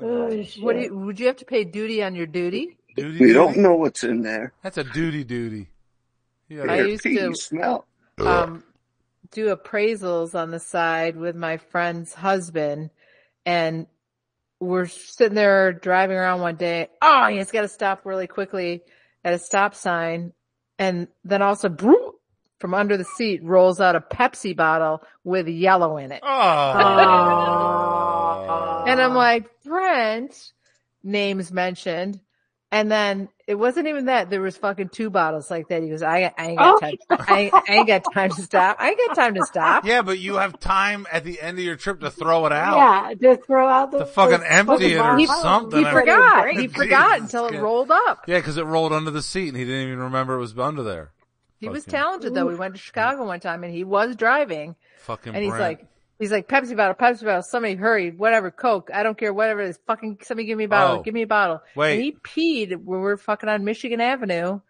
S4: Oh, shit.
S3: What do you, would you have to pay duty on your duty?
S1: Duty
S2: We
S1: duty?
S2: don't know what's in there.
S1: That's a duty duty.
S3: I
S1: Yeah.
S2: Your
S3: used
S2: pee
S3: to-
S2: smell.
S3: um, do appraisals on the side with my friend's husband and we're sitting there driving around one day. Oh, he's got to stop really quickly at a stop sign. And then also broom, from under the seat rolls out a Pepsi bottle with yellow in it. Uh,
S1: Oh.
S3: And I'm like, Brent, names mentioned. And then it wasn't even that. There was fucking two bottles like that. He goes, I, I ain't got time. I, I ain't got time to stop. I ain't got time to stop.
S1: Yeah, but you have time at the end of your trip to throw it out.
S4: yeah, just throw out the,
S1: To fucking empty it or
S4: bottle.
S1: something.
S3: He
S1: I-
S3: forgot. He forgot
S1: Jesus,
S3: until it
S1: yeah.
S3: rolled up.
S1: Yeah, because it rolled under the seat and he didn't even remember it was under there.
S3: He was
S1: Fucking-
S3: talented though. We went to Chicago one time and he was driving
S1: Fucking
S3: and he's
S1: Brent.
S3: like, he's like, Pepsi bottle, Pepsi bottle, somebody hurry, whatever, Coke, I don't care, whatever it is, fucking, somebody give me a bottle,
S1: Oh.
S3: give me a bottle.
S1: Wait.
S3: And he peed when we were fucking on Michigan Avenue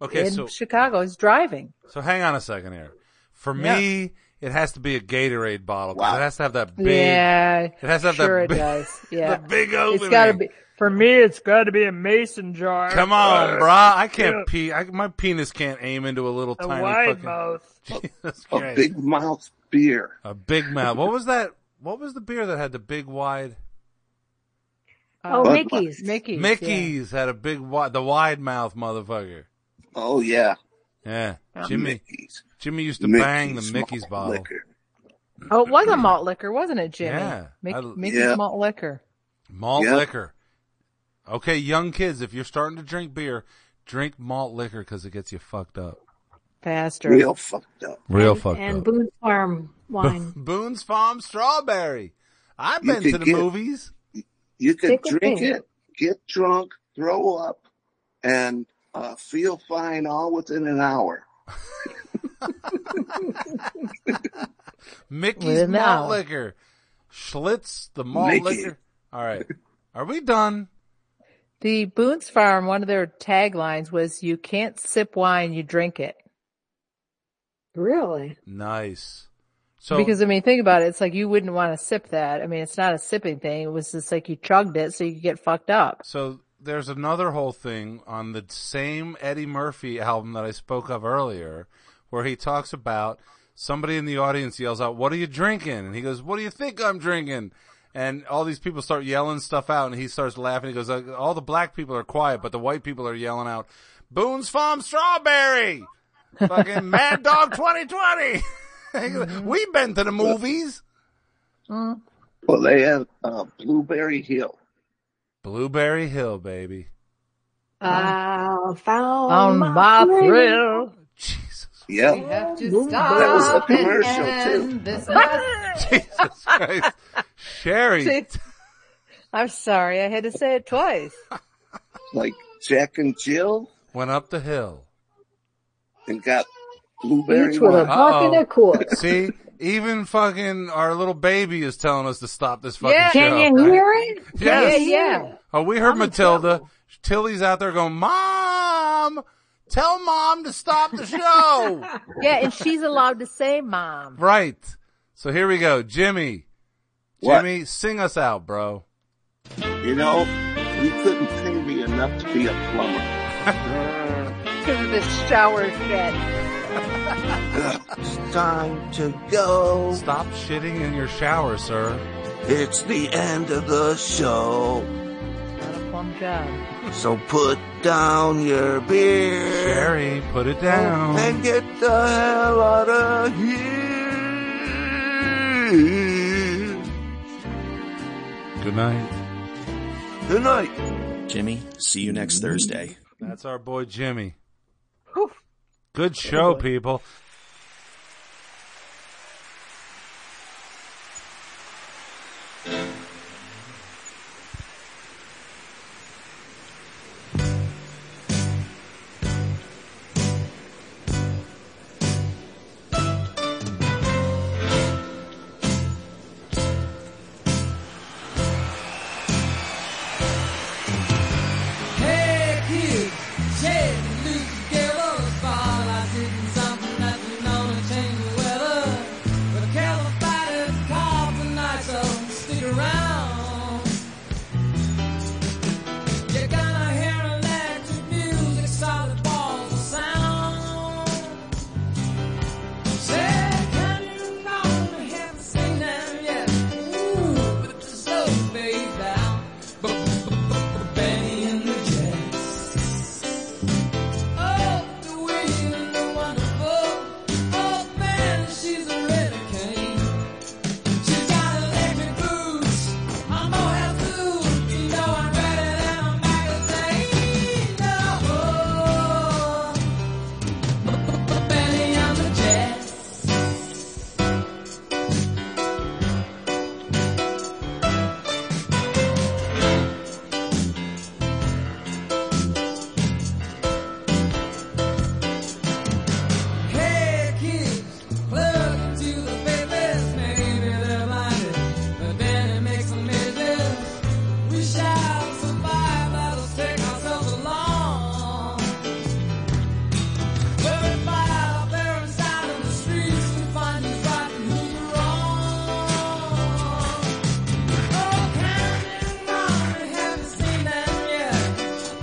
S1: okay,
S3: in
S1: so
S3: Chicago. He's driving.
S1: so hang on a second here. For
S3: Yeah.
S1: me, it has to be a Gatorade bottle because
S2: Wow.
S1: it has to have that big.
S3: yeah. It
S1: has to have that
S3: sure it
S1: big-
S3: does. Yeah.
S1: The big opening.
S3: it's gotta be, for me, it's gotta be a mason jar.
S1: Come on, brah. I can't pee. I, my penis can't aim into a little
S6: A
S1: tiny
S6: wide
S1: fucking.
S6: mouth.
S1: Jesus
S2: A
S1: Christ.
S2: big mouth beer.
S1: A big mouth. What was that? What was the beer that had the big wide?
S4: Oh,
S2: Bud
S4: Mickey's.
S3: Mickey's. yeah.
S1: Mickey's had a big wide, the wide mouth motherfucker.
S2: Oh yeah,
S1: Yeah,
S3: Um,
S1: Jimmy.
S2: Mickey's.
S1: Jimmy used to bang the Mickey's
S2: malt
S1: bottle.
S2: liquor.
S3: Oh, it was a malt liquor, wasn't it, Jimmy?
S1: Yeah.
S3: Mick-
S1: I-
S3: Mickey's
S2: Yeah.
S3: malt liquor.
S1: Malt
S2: Yeah.
S1: liquor. Okay, young kids, if you're starting to drink beer, drink malt liquor because it gets you fucked up.
S3: Faster.
S2: Real fucked up.
S1: Real
S4: and Boone's Farm wine.
S1: Boone's Farm Strawberry. I've
S2: You
S1: been
S2: could
S1: to the
S2: get-
S1: movies.
S2: You could
S4: Pickle
S2: drink
S4: pink.
S2: it, get drunk, throw up, and uh, feel fine all within an hour.
S1: Mickey's
S3: Within the
S1: malt
S3: hour.
S1: liquor. Schlitz, the malt
S2: Mickey.
S1: liquor. All right. Are we done?
S3: The Boone's Farm, one of their taglines was, you can't sip wine, you drink it.
S4: Really?
S1: Nice. So
S3: because I mean, think about it. It's like you wouldn't want to sip that. I mean, it's not a sipping thing. It was just like you chugged it so you could get fucked up.
S1: So there's another whole thing on the same Eddie Murphy album that I spoke of earlier, where he talks about somebody in the audience yells out, "What are you drinking?" And he goes, "What do you think I'm drinking?" And all these people start yelling stuff out, and he starts laughing. He goes, "Uh, "All the black people are quiet, but the white people are yelling out, Boone's Farm Strawberry, fucking Mad Dog 2020." He goes, We've been to the movies.
S2: Well, they have uh, Blueberry Hill.
S1: Blueberry Hill, baby.
S4: I found
S3: On my
S4: thrill.
S3: thrill.
S1: Jesus.
S2: Yep.
S3: Have to
S2: That was a commercial too.
S3: this
S1: Jesus Christ. Sherry.
S3: I'm sorry. I had to say it twice.
S2: Like Jack and Jill
S1: went up the hill.
S2: and got Blueberry
S4: Each with a
S2: wine.
S4: bucket
S1: Uh-oh.
S4: of corn.
S1: See, even fucking our little baby is telling us to stop this fucking
S3: Yeah.
S1: show.
S4: Can you hear it?
S1: Yes.
S3: Yeah, yeah.
S1: Oh, we heard Matilda. Tilly's out there going, Mom, tell mom to stop the show.
S3: Yeah. And she's allowed to say mom.
S1: right. So here we go. Jimmy.
S2: What?
S1: Jimmy, sing us out, bro.
S2: You know, you couldn't pay me enough to be a plumber.
S3: Because of the shower shit.
S7: It's time to go.
S1: Stop shitting in your shower, sir.
S7: It's the end of the show.
S3: Not a plum job.
S7: So put down your beer
S1: Sherry, put it down.
S7: and get the hell out of here.
S1: Good night.
S7: Good night.
S10: Jimmy, see you next Thursday.
S1: That's our boy Jimmy.
S3: Whew.
S1: Good show, people.
S6: Hey kids, shake and loose, give us a smile.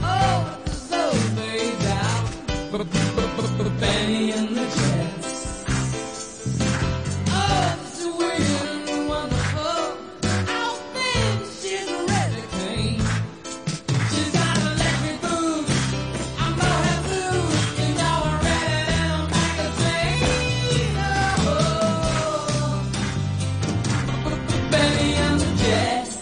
S7: Oh, Oh, Benny and the Jets. Up to win, wonderful. Out there, she's a red queen. She's got electric boots. I'm gonna have blues. You know I ran down like a train. Oh, Benny and the Jets.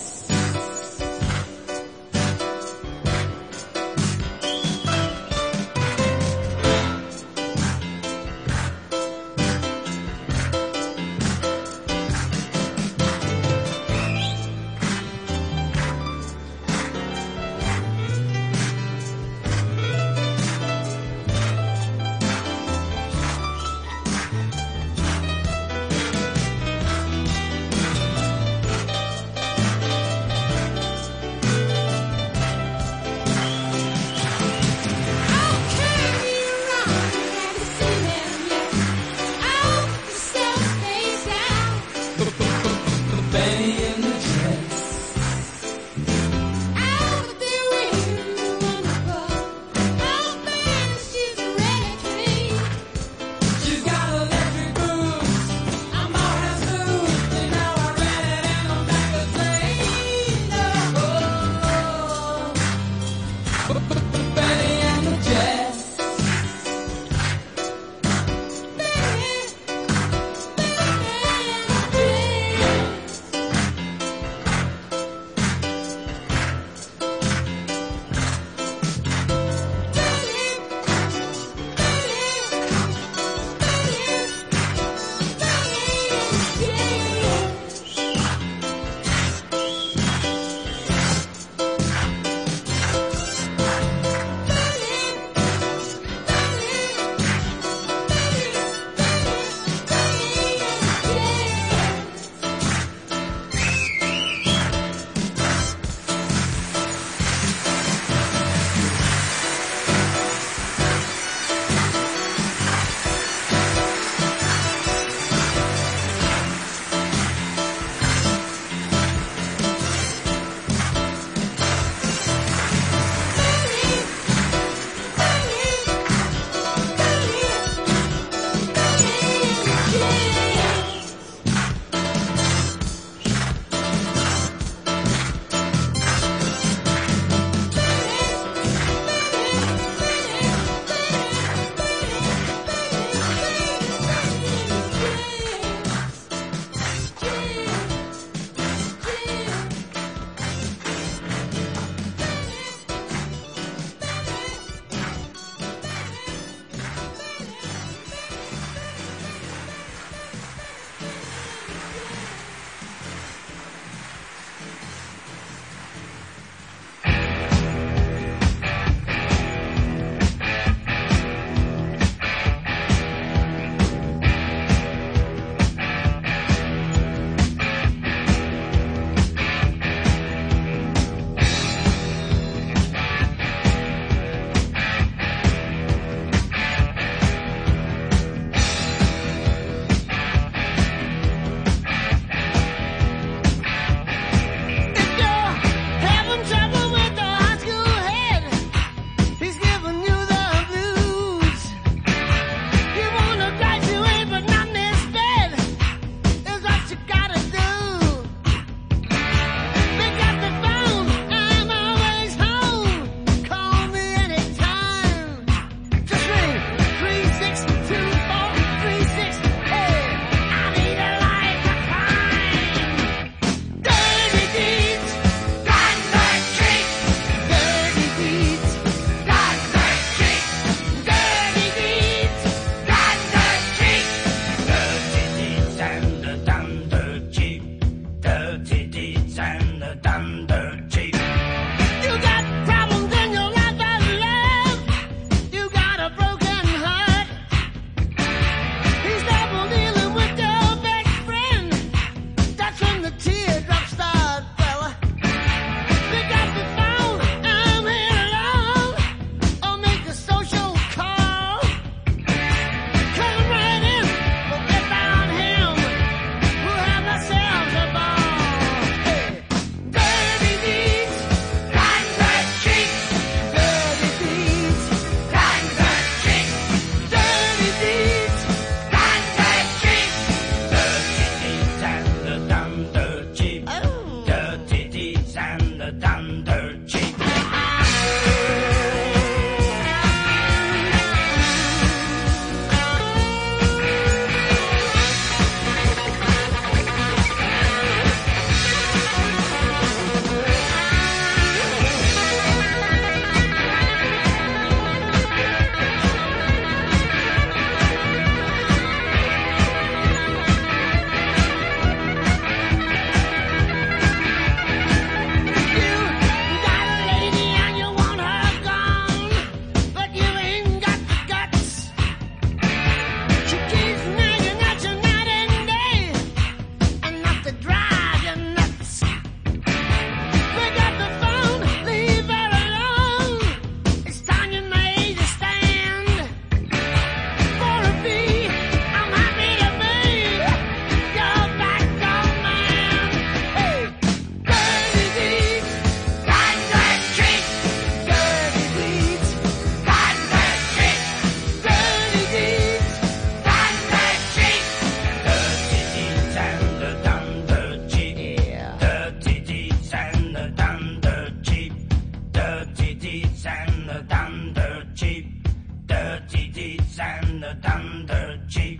S11: sanded under cheap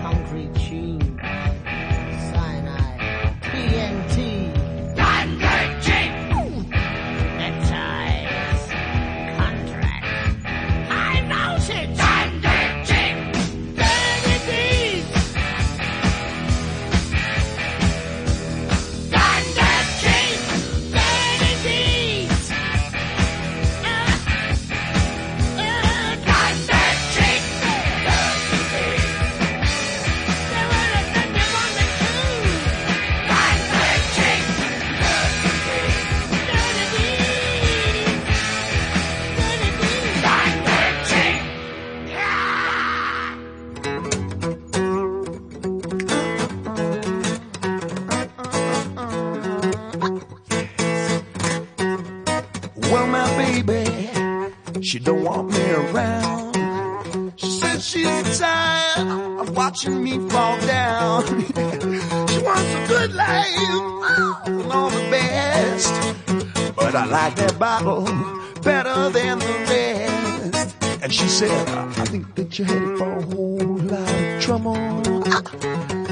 S11: concrete tube, cyanide, TNT, under cheap neckties, contract, high notions, under cheap vanities, under cheap vanities.
S7: Well, my baby, she don't want me around. She says she's tired of watching me fall down. she wants a good life oh, and all the best. But I like that bottle better than the rest. And she said, I think that you're headed for a whole lot of trouble. Ah,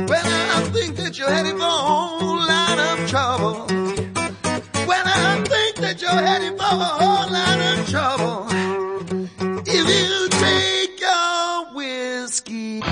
S7: Well, I think that you're headed for a whole lot of trouble. Well, I think that you're headed for a whole lot of trouble. If you take your whiskey.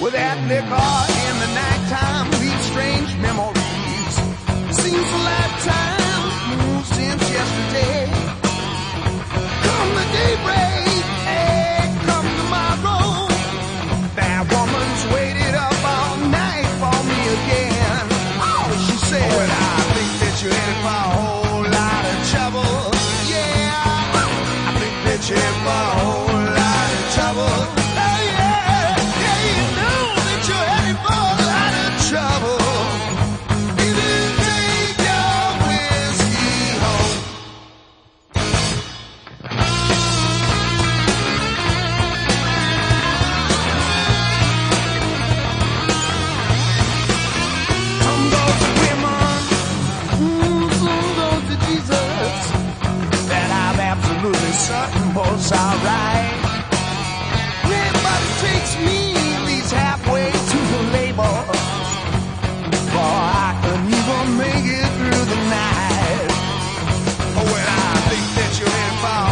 S7: With that liquor in the nighttime leaves strange memories. Seems a lifetime moved since yesterday. Come the daybreak, hey, come tomorrow. That woman's waited up all night for me again. Oh, she said, "Well, I think that you're in for a whole lot of trouble. Yeah, I think that you're in for a whole lot of trouble. Oh, yeah, yeah, you know that you're headed for a lot of trouble. If you take your whiskey home. Come those women, mm, some those to Jesus, that I'm absolutely certain was alright. Everybody takes me at least halfway to the label, for I can even make it through the night. Oh, well, I think that you're in for a